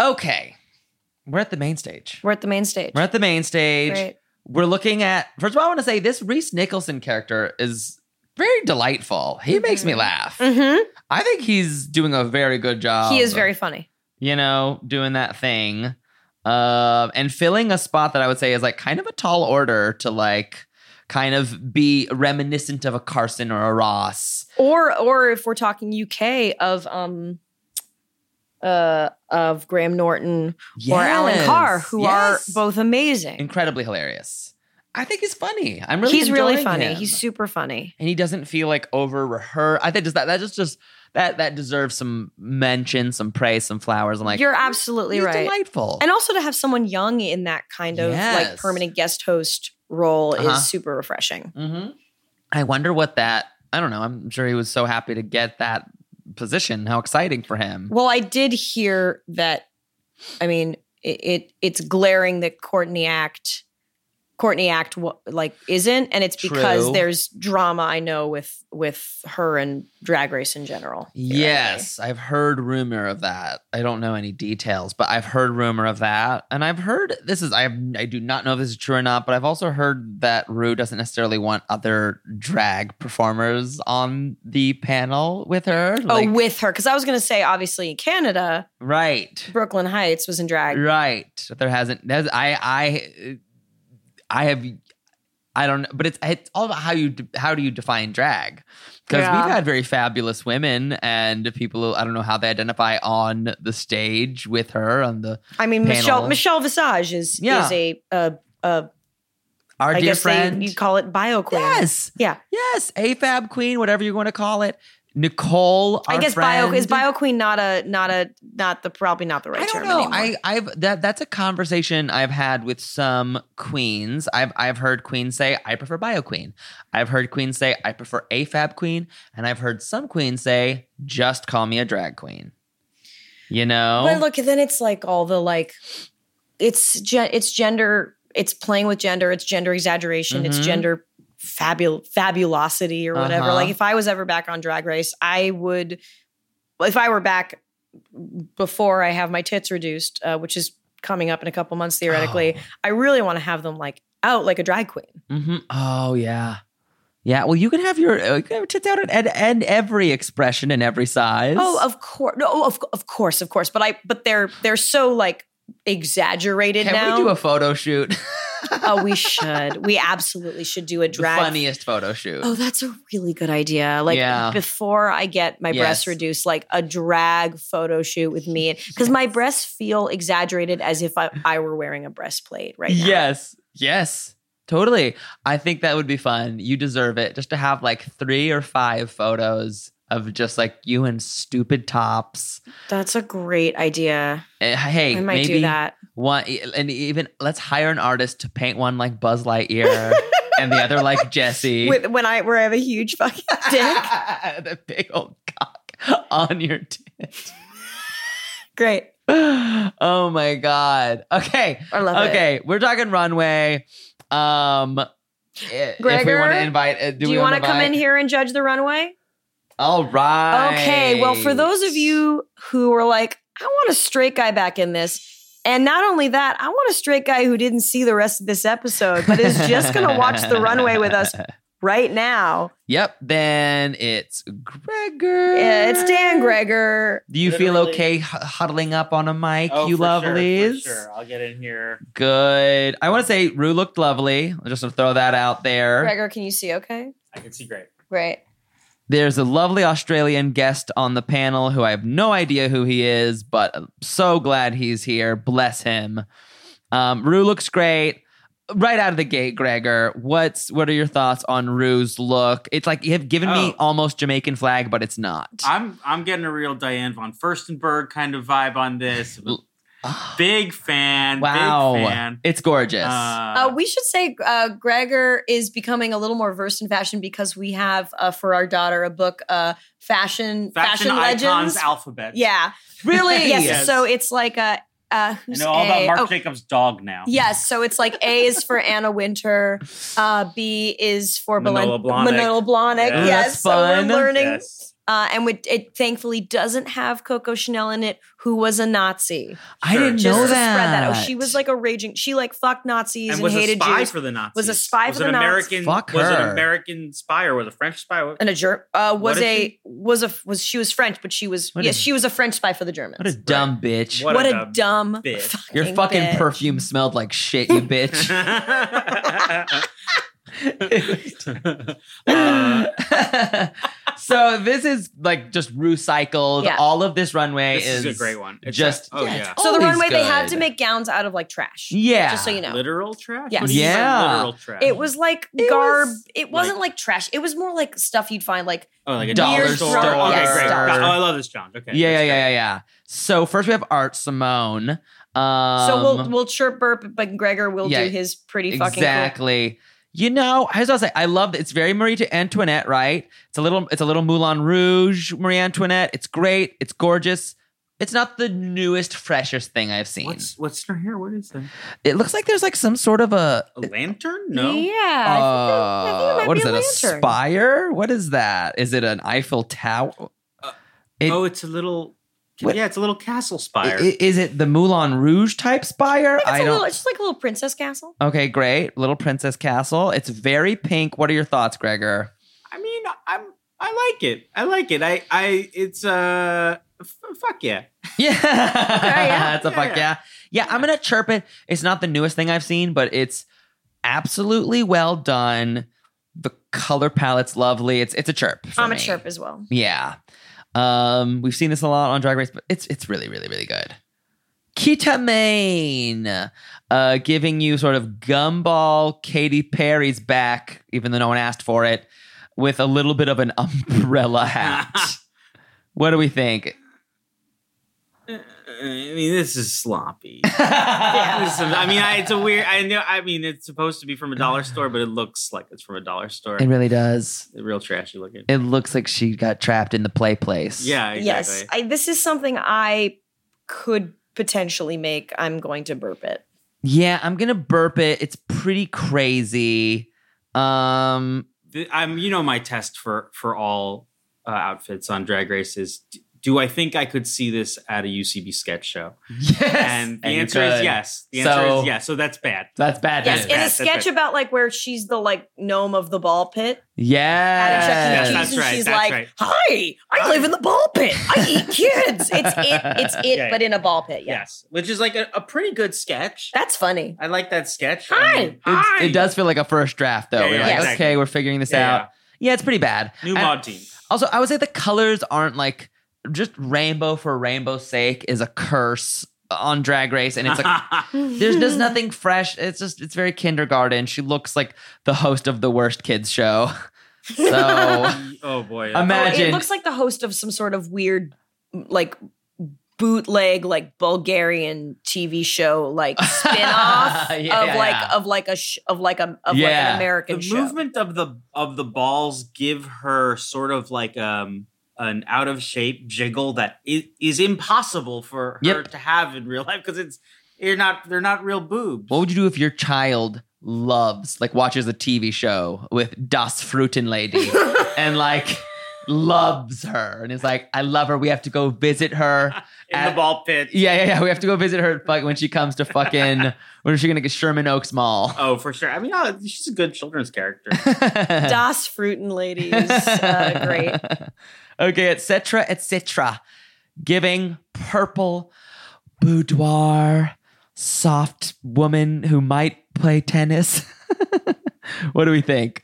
C: Okay. We're at the main stage.
D: We're at the main stage.
C: We're at the main stage.
D: Right.
C: We're looking at, first of all, I want to say this Reese Nicholson character is very delightful. He makes me laugh.
D: Mm-hmm.
C: I think he's doing a very good job.
D: he is very funny.
C: you know, doing that thing. Um, and filling a spot that I would say is like kind of a tall order to like kind of be reminiscent of a Carson or a Ross.
D: or or if we're talking UK of um uh of Graham Norton or Alan Carr, who
C: Yes.
D: are both amazing.
C: incredibly hilarious. I think he's funny. I'm really
D: He's really
C: enjoying
D: funny.
C: him.
D: He's super funny.
C: and he doesn't feel like over rehearsed. I think just that that just just that that deserves some mention, some praise, some flowers. I'm like
D: You're absolutely
C: he's
D: right.
C: delightful.
D: And also to have someone young in that kind of like
C: Yes.
D: permanent guest host role
C: Uh-huh.
D: is super refreshing.
C: Mhm. I wonder what that. I don't know. I'm sure he was so happy to get that position. How exciting for him!
D: Well, I did hear that I mean, it, it it's glaring that Courtney Act Courtney Act wa- like isn't, and it's because
C: True.
D: there's drama I know with with her and Drag Race in general.
C: Yes, I've heard rumor of that. I don't know any details, but I've heard rumor of that, and I've heard this is I have, I do not know if this is true or not, but I've also heard that Rue doesn't necessarily want other drag performers on the panel with her. Like-
D: oh, with her because I was gonna say obviously in Canada,
C: right,
D: Brooklyn Heights was in drag.
C: right. There hasn't. There's, I I I have. I don't know, but it's it's all about how you de- how do you define drag? Because
D: Yeah.
C: we've had very fabulous women and people. who- I don't know how they identify on the stage with her on the
D: I mean
C: Panel.
D: Michelle Michelle Visage is
C: Yeah.
D: is a uh, uh,
C: our
D: I
C: dear
D: guess
C: friend.
D: they, you call it bio queen.
C: yes,
D: Yeah.
C: yes, AFAB queen, whatever you want to call it. Nicole,
D: I
C: our
D: guess bio
C: friend.
D: is bio queen not a not a not the probably not the right
C: I don't
D: term
C: know.
D: anymore.
C: I, I've that that's a conversation I've had with some queens. I've I've heard queens say I prefer bio queen. I've heard queens say I prefer AFAB queen, and I've heard some queens say just call me a drag queen. You know,
D: But look, then it's like all the like, it's gen- it's gender, it's playing with gender, it's gender exaggeration, it's
C: Mhm.
D: gender fabul fabulosity or whatever.
C: Uh-huh.
D: Like if I was ever back on Drag Race, I would, if I were back before I have my tits reduced, uh, which is coming up in a couple months
C: Oh.
D: theoretically, I really want to have them like out like a drag queen.
C: Mhm. oh yeah, yeah. Well, you can have your uh, you can have your tits out at, at, at every expression and every size.
D: Oh, of course, no, of of course, of course. But I, but they're they're so like exaggerated
C: can
D: now.
C: we do a photo shoot?
D: oh, we should. We absolutely should do a
C: the
D: drag
C: funniest photo shoot.
D: Oh, that's a really good idea. Like
C: Yeah.
D: before I get my
C: Yes.
D: breasts reduced, like a drag photo shoot with me, because my breasts feel exaggerated as if I, I were wearing a breastplate right now.
C: Yes. Yes. Totally. I think that would be fun. You deserve it. Just to have like three or five photos of just like you in stupid tops.
D: that's a great idea.
C: Eh, Hey,
D: I might
C: maybe
D: do that.
C: one, e, and even let's hire an artist to paint one like Buzz Lightyear and the other like Jesse.
D: With, when I where I have a huge fucking dick.
C: the big old cock on your tit.
D: Great.
C: oh my god. Okay.
D: I love it.
C: okay, we're talking runway. Um, i- if we
D: Gregor,
C: want to invite, uh, do,
D: Do, you
C: want to
D: come in here and judge the runway?
C: All right.
D: Okay. Well, for those of you who were like, I want a straight guy back in this. And not only that, I want a straight guy who didn't see the rest of this episode, but is just going to watch the runway with us right now.
C: Yep. Then it's Gregor.
D: Yeah, it's Dan Gregor.
C: Do you feel
F: Literally.
C: okay h- huddling up on a mic,
F: Oh,
C: you
F: for sure, for
C: lovelies?
F: sure. I'll get in here.
C: Good. I want to say Rue looked lovely. I'm just going to throw that out there.
D: Gregor, can you see okay?
F: I can see great.
D: Great.
C: There's a lovely Australian guest on the panel who I have no idea who he is, but I'm so glad he's here. Bless him. Um, Rue looks great. Right out of the gate, Gregor, what's what are your thoughts on Rue's look? It's like you have given me
F: Oh.
C: almost Jamaican flag, but it's not.
F: I'm I'm getting a real Diane von Furstenberg kind of vibe on this. big fan. Big
C: wow.
F: fan.
C: It's gorgeous.
D: Uh, we should say uh, Gregor is becoming a little more versed in fashion because we have uh, for our daughter a book, uh, Fashion,
F: fashion icons
D: Legends.
F: alphabet.
D: yeah.
C: really?
D: Yes.
F: Yes.
D: So it's like a. Uh,
F: I
D: who's
F: know all
D: A?
F: about Mark
D: Oh,
F: Jacobs' dog now.
D: Yes, so it's like A is for Anna Winter, uh, B is for Belen-
F: Manolo Blahnik.
D: Manolo Blahnik.
F: Yeah.
D: Yes,
C: That's
D: so
C: fun.
D: we're learning,
F: Yes.
D: uh, and with, it thankfully doesn't have Coco Chanel in it, who was a Nazi.
C: I
F: Sure.
C: didn't
D: Just
C: know
D: to
C: that.
D: spread that. Oh, she was like a raging. She like fucked Nazis and,
F: was a
D: hated
F: spy
D: Jews
F: for the Nazis.
D: Was a spy
F: was
D: for
F: an
D: the
F: American,
C: Fuck
F: Was an
C: her.
F: American spy or was a French spy? What-
D: and a German. Uh,
F: What
D: was
F: did
D: a
F: she-
D: was a was she was French, but she was
C: What
D: yes,
C: a-
D: she was a French spy for the Germans.
C: What a dumb bitch.
F: What
D: What
F: a
D: a,
F: dumb
D: dumb
F: bitch.
D: fucking
C: Your fucking
D: bitch.
C: perfume smelled like shit, you bitch.
F: Uh,
C: so this is like just recycled.
D: Yeah.
C: All of this runway
F: this is, a great one. It's
C: just-
F: a- oh
C: yeah,
F: yeah,
D: So the
C: Always
D: runway they had
C: good.
D: to make gowns out of like trash.
C: Yeah.
D: just so you know.
F: literal trash.
D: Yes.
F: What do you mean by
C: Yeah.
F: literal trash.
D: It was like
C: It
D: garb.
C: was,
D: it wasn't like, trash. It was more like stuff you'd find like
F: oh, like a
C: dollar
F: dollar
D: weird
F: store.
D: drunk
F: Okay,
D: ass
F: great.
D: stuff.
F: Oh, I love this challenge. Okay,
C: yeah, yeah,
F: that's
C: yeah,
F: great.
C: yeah, yeah. So first we have Art Simone. Um,
D: so we'll we'll chirp burp, but Gregor will
C: yeah,
D: do his pretty fucking cool.
C: exactly. You know, I was gonna say I love that it's very Marie Antoinette, right? It's a little, it's a little Moulin Rouge, Marie Antoinette. It's great, it's gorgeous. It's not the newest, freshest thing I've seen.
F: What's what's in her hair? What is that?
C: It looks like there's like some sort of a.
F: A lantern?
D: Yeah.
F: No.
D: I think it- I think it
C: uh,
D: might
C: what
D: be
C: is
D: a
C: it? A
D: lantern.
C: spire? What is that? Is it an Eiffel Tower? Uh, It-
F: oh, it's a little.
C: What-
F: Yeah, it's a little castle
C: I-
F: spire.
C: i- Is it the Moulin Rouge type spire?
D: It's
C: I
D: a
C: don't.
D: little, it's just like a little princess castle.
C: Okay, great. Little Princess Castle. It's very pink. What are your thoughts, Gregor?
F: I mean, I'm. I like it. I like it. I. I. It's. Uh. F- fuck yeah.
C: Yeah.
D: yeah.
C: That's a fuck yeah.
F: Yeah,
C: yeah. I'm going to chirp it. It's not the newest thing I've seen, but it's absolutely well done. The color palette's lovely. It's it's a chirp. for
D: I'm a
C: me.
D: chirp as well.
C: Yeah. Um, we've seen this a lot on Drag Race, but it's it's really, really, really good. Ketamine, uh, giving you sort of gumball Katy Perry's back, even though no one asked for it, with a little bit of an umbrella hat. what do we think?
F: Uh, I mean, this is sloppy. This is- I mean, I, it's a weird. I know. I mean, it's supposed to be from a dollar store, but it looks like it's from a dollar store.
C: It really does.
F: Real trashy looking.
C: It looks like she got trapped in the play place.
F: Yeah. Exactly.
D: Yes. I, this is something I could potentially make. I'm going to burp it.
C: Yeah, I'm gonna burp it. It's pretty crazy. Um
F: th- I'm you know my test for for all uh, outfits on Drag Race is d- do I think I could see this at a UCB sketch show?
C: yes.
F: And the
C: you
F: answer is
C: could.
F: yes. The answer
C: So-
F: is yes. So that's bad.
C: That's bad.
D: Yes.
C: news.
D: In a
F: That's
D: sketch
F: it.
D: about like where she's the like gnome of the ball pit
C: Yeah.
D: at a Chuck E. Cheese,
F: Yes,
D: and
F: that's
D: she's
F: right,
D: like,
F: that's
D: "Hi, I live in the ball pit. I eat kids. It's it. It's it,
F: Yeah,
D: but in a ball pit. Yeah,
F: Yes, which is like a, a pretty good sketch.
D: that's funny.
F: I like that sketch.
D: Hi.
F: I mean, hi.
C: It does feel like a first draft though.
F: Yeah,
C: we're
F: yeah,
C: like,
D: exactly.
C: okay, we're figuring this
F: Yeah,
C: out. Yeah. it's pretty bad.
F: New
C: And
F: mod team.
C: Also, I would say the colors aren't like just rainbow for rainbow's sake is a curse on Drag Race, and it's like there's just nothing fresh. It's just it's very kindergarten. She looks like the host of the worst kids show. So
F: oh boy.
C: imagine
D: It looks like the host of some sort of weird, like bootleg, like Bulgarian TV show, like spin-off
C: Yeah,
D: of
C: yeah,
D: like
C: yeah.
D: of like a sh- of like a of like
C: Yeah.
D: an American
F: the
D: show.
F: movement of the of the balls give her sort of like um an out of shape jiggle that is, is impossible for her
C: Yep.
F: to have in real life because it's you're not they're not real boobs.
C: What would you do if your child loves, like, watches a TV show with Das Fruten Lady and, like, loves her and is like, I love her. We have to go visit her.
F: in
C: at-
F: the ball pit.
C: Yeah, yeah, yeah. We have to go visit her fuck, when she comes to fucking, when is she going to get Sherman Oaks Mall?
F: Oh, for sure. I mean, oh, she's a good children's character.
D: Das Fruiten ladies, uh, great.
C: okay, etc., etc. Giving purple boudoir, soft woman who might play tennis. what do we think?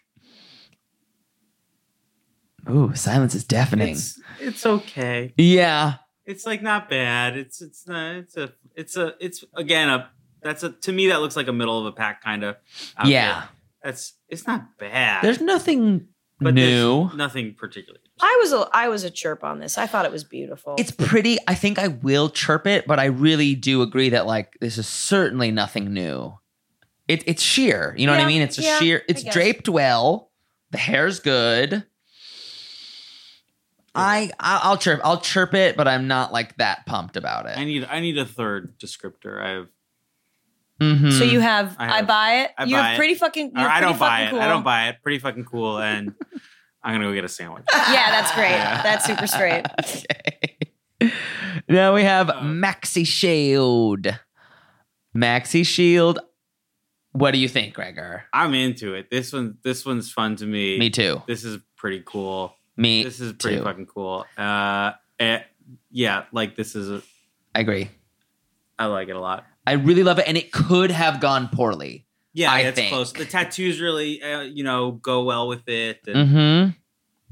C: Ooh, silence is deafening.
F: it's it's okay.
C: yeah.
F: It's like not bad. It's it's not, it's a it's a it's again a that's a to me that looks like a middle of a pack kind of.
C: Yeah.
F: That's it's not bad.
C: There's nothing
F: but there's
C: new.
F: nothing particularly.
D: I was a I was a chirp on this. I thought it was beautiful.
C: It's pretty. I think I will chirp it, but I really do agree that like this is certainly nothing new. It, it's sheer. You know what I
D: Yeah,
C: mean? It's a
D: yeah,
C: sheer.
D: I
C: It's
D: guess.
C: draped well. The hair's good. I I- I'll chirp. I'll chirp it, but I'm not like that pumped about
F: I
C: it.
F: need I need a third descriptor. I have
C: Mhm.
D: so you have
F: I
D: I,
F: have-
D: buy it.
F: I
D: you
F: buy
D: have
F: it.
D: pretty fucking.
F: or
D: You're
F: I
D: pretty
F: don't buy
D: fucking
F: it.
D: Cool.
F: I don't buy it. Pretty fucking cool. And I'm gonna go get a sandwich.
D: Yeah, that's great.
F: Yeah.
D: That's super straight.
C: Okay. now we
F: Oh.
C: have Maxi Shield. Maxi Shield. What do you think, Gregor?
F: I'm into it. This one this one's fun to me.
C: Me too.
F: This is pretty cool.
C: Me.
F: This is pretty
C: too.
F: fucking cool. Uh, eh, yeah, like this is a,
C: I agree.
F: I like it a lot.
C: I really love it, and it could have gone poorly.
F: Yeah,
C: I
F: it's
C: think.
F: close. The tattoos really, uh, you know, go well with it. And
C: Mm-hmm.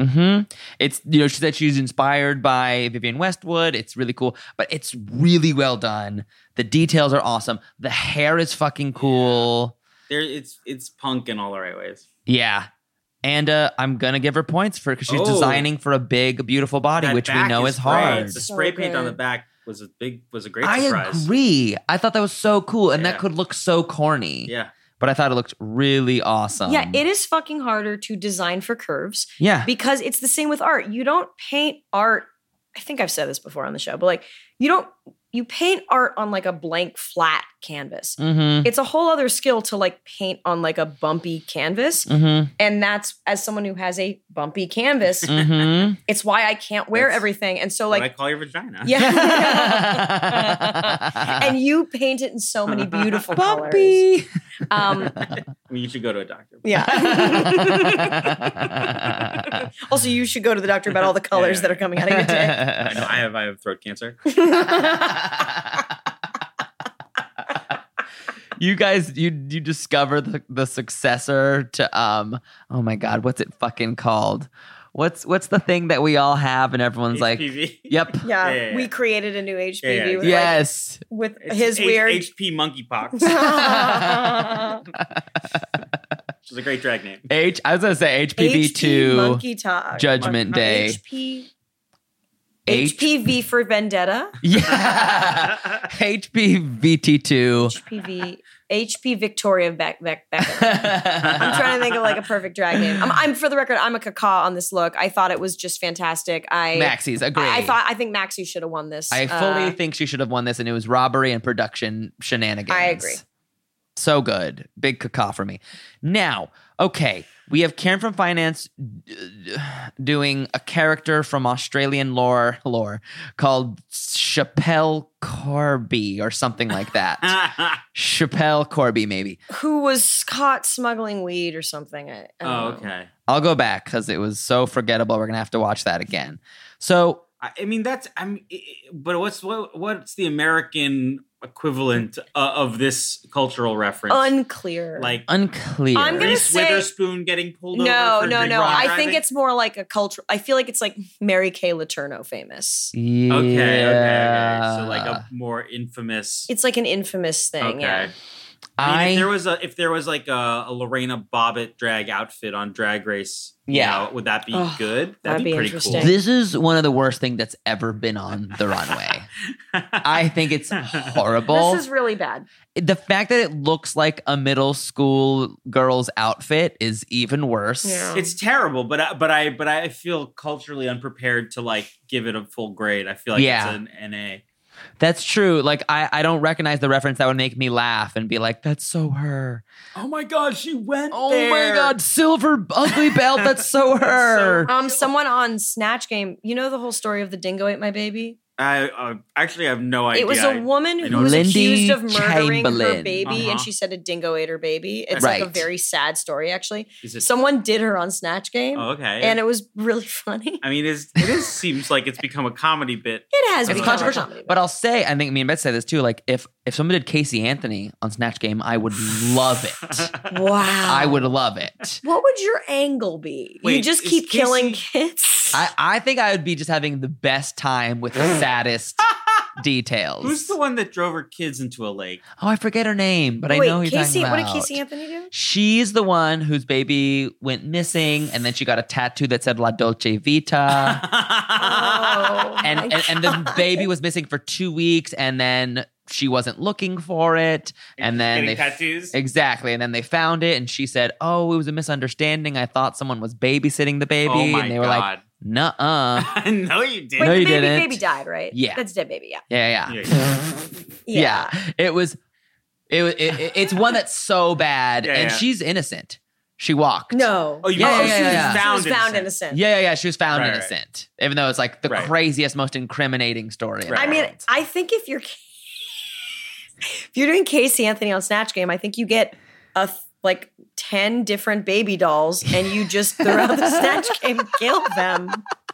C: Mm-hmm. It's you know she said she's inspired by Vivian Westwood. It's really cool, but it's really well done. The details are awesome. The hair is fucking cool.
F: There, it's it's punk in all the right ways.
C: Yeah. And uh, I'm gonna give her points for because she's
F: Oh.
C: designing for a big, beautiful body,
F: That
C: which we
F: back
C: know is,
F: great.
C: hard.
F: The
D: So
F: spray paint on the
D: good.
F: back was a big was a great
C: I
F: surprise.
C: agree. I thought that was so cool, and
F: Yeah.
C: that could look so corny.
F: Yeah,
C: But I thought it looked really awesome.
D: yeah, it is fucking harder to design for curves
C: Yeah.
D: because it's the same with art. You don't paint art I think I've said this before on the show, but like you don't you paint art on like a blank flat canvas.
C: Mm-hmm.
D: It's a whole other skill to like paint on like a bumpy canvas.
C: Mm-hmm.
D: And that's as someone who has a bumpy canvas,
C: Mm-hmm.
D: it's why I can't wear
F: That's
D: everything. And so
F: Like,
D: like
F: I call your vagina.
D: Yeah. and you paint it in so many beautiful colors.
C: Bumpy.
D: Um,
F: I mean, you should go to a doctor.
D: yeah. also, you should go to the doctor about all the colors that are coming out of your dick.
F: I know I have I have throat cancer.
C: you guys, you you discover the, the successor to um. Oh my God, what's it fucking called? What's what's the thing that we all have and everyone's like,
F: HPV.
C: yep,
D: Yeah,
F: Yeah, yeah,
D: we
F: yeah.
D: created a new HPV
F: Yeah,
D: With,
F: yeah.
D: like,
C: yes.
D: with
F: It's
D: his
F: H-
D: weird.
F: HP monkeypox.
D: HPV
F: which is a great drag name.
C: H. I was gonna say HPV two
D: monkey talk.
C: Judgment Day.
D: HP,
C: H-
D: HPV for vendetta.
C: yeah. HPVT two.
D: HPV HP Victoria back back back. I'm trying to think of like a perfect drag name. I'm, I'm for the record, I'm a caca on this look. I thought it was just fantastic. I
C: Maxie's agree.
D: I, I thought I think Maxie should have won this.
C: I fully
D: Uh,
C: think she should have won this, and it was robbery and production shenanigans.
D: I agree.
C: So good. Big caca for me. Now, okay, we have Karen from Finance d- d- doing a character from Australian lore lore called Chappelle Corby or something like that.
F: Oh.
C: Chappelle Corby, maybe.
D: who was caught smuggling weed or something. I, I don't
F: oh,
D: know.
F: okay.
C: I'll go back because it was so forgettable. We're gonna have to watch that again. So
F: I, I mean, that's I mean, i- i- but what's what, what's the American equivalent uh, of this cultural reference?
D: Unclear.
F: like
C: unclear.
D: I'm gonna
F: Reese
D: say-
F: Witherspoon getting pulled
D: no,
F: over? for
D: no,
F: drink
D: no.
F: while
D: I think
F: driving?
D: it's more like a cultural. I feel like it's like Mary Kay Letourneau famous.
C: yeah.
F: okay, okay, okay. So like a more infamous.
D: It's like an infamous thing.
F: okay.
D: Yeah.
F: I
C: I-
F: mean, if there was a if there was like a, a Lorena Bobbitt drag outfit on Drag Race, you
C: Yeah.
F: know, would that be
D: Ugh,
F: good? That'd,
D: that'd
F: be,
D: be
F: pretty
D: interesting.
C: This is one of the worst things that's ever been on the runway.
F: cool.
C: I think it's horrible.
D: This is really bad.
C: the fact that it looks like a middle school girl's outfit is even worse.
D: Yeah.
F: it's terrible, but I, but I but I feel culturally unprepared to like give it a full grade. I feel like
C: Yeah.
F: it's an NA.
C: That's true. Like I, I don't recognize the reference that would make me laugh and be like, that's so her.
F: Oh my god, she went
C: Oh
F: there.
C: my god, silver ugly belt, that's so her.
D: Um, someone on Snatch Game, you know the whole story of the dingo ate my baby.
F: I uh, actually have no idea.
D: it was a woman
F: I
D: who
F: know
D: was
C: Lindy
D: accused of murdering her
C: Chamberlain.
D: baby,
F: Uh-huh.
D: and she said a dingo ate her baby. It's like
C: Right.
D: a very sad story, actually.
F: Is it-
D: Someone did her on Snatch Game,
F: Oh, okay.
D: and it was really funny.
F: I mean, it's, it is seems like it's become a comedy bit.
D: It has
F: It's
D: become a
C: controversial.
D: comedy.
C: But I'll say, I think me and Beth said this too. Like if if someone did Casey Anthony on Snatch Game, I would love it.
D: wow,
C: I would love it.
D: What would your angle be? you
F: Wait,
D: just
F: is
D: keep
F: Casey-
D: killing kids.
C: I, I think I would be just having the best time with the saddest details.
F: Who's the one that drove her kids into a lake?
C: Oh, I forget her name, but I
D: Wait,
C: know who you're
D: Casey.
C: talking
D: What
C: about.
D: did Casey Anthony do?
C: She's the one whose baby went missing, and then she got a tattoo that said La Dolce Vita.
D: Oh,
C: and,
D: my
C: and and the
D: God.
C: baby was missing for two weeks, and then she wasn't looking for it, and then
F: Getting
C: they
F: tattoos.
C: exactly, and then they found it, and she said, "Oh, it was a misunderstanding. I thought someone was babysitting the baby,"
F: oh my
C: and they were like,
F: god!
C: "Nuh-uh."
F: no, you didn't.
D: Wait,
C: No,
D: the
C: you
D: baby,
C: didn't.
D: baby died, right?
C: Yeah.
D: that's dead baby. Yeah,
C: Yeah, yeah.
F: Yeah, yeah.
C: Yeah. It was it, was- it, it- it's one that's so bad
F: Yeah,
C: and
F: yeah.
C: she's innocent. She walked.
D: No.
F: Oh, you
C: Yeah,
F: oh,
C: yeah,
F: she
C: yeah,
F: was
C: yeah.
D: She
F: found
D: was found
F: innocent.
D: innocent.
C: Yeah, yeah, yeah. She was found
F: Right, right.
C: innocent. Even though it's like the
F: Right.
C: craziest, most incriminating story. in the
F: Right.
D: I mean,
C: world.
D: I think if you're if you're doing Casey Anthony on Snatch Game, I think you get a th- like ten different baby dolls, and you just throughout the Snatch Game kill them.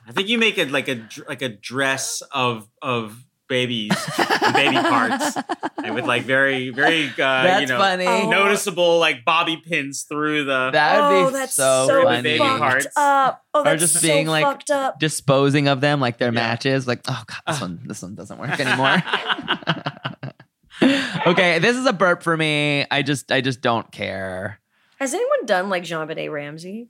F: I think you make it like a dr- like a dress of of babies, and baby parts, and with like very very uh,
C: that's
F: you know
C: funny.
D: Oh.
F: noticeable like bobby pins through the.
C: That would
D: oh,
C: be
D: that's
C: so,
D: so
C: funny.
F: Baby
D: fucked
F: hearts.
D: up. Oh, that's
C: just
D: so
C: being, like,
D: fucked up.
C: Disposing of them like their
F: Yeah.
C: matches, like oh god, this one, this one doesn't work anymore. okay, this is a burp for me. I just, I just don't care.
D: Has anyone done like Jean Benet Ramsey?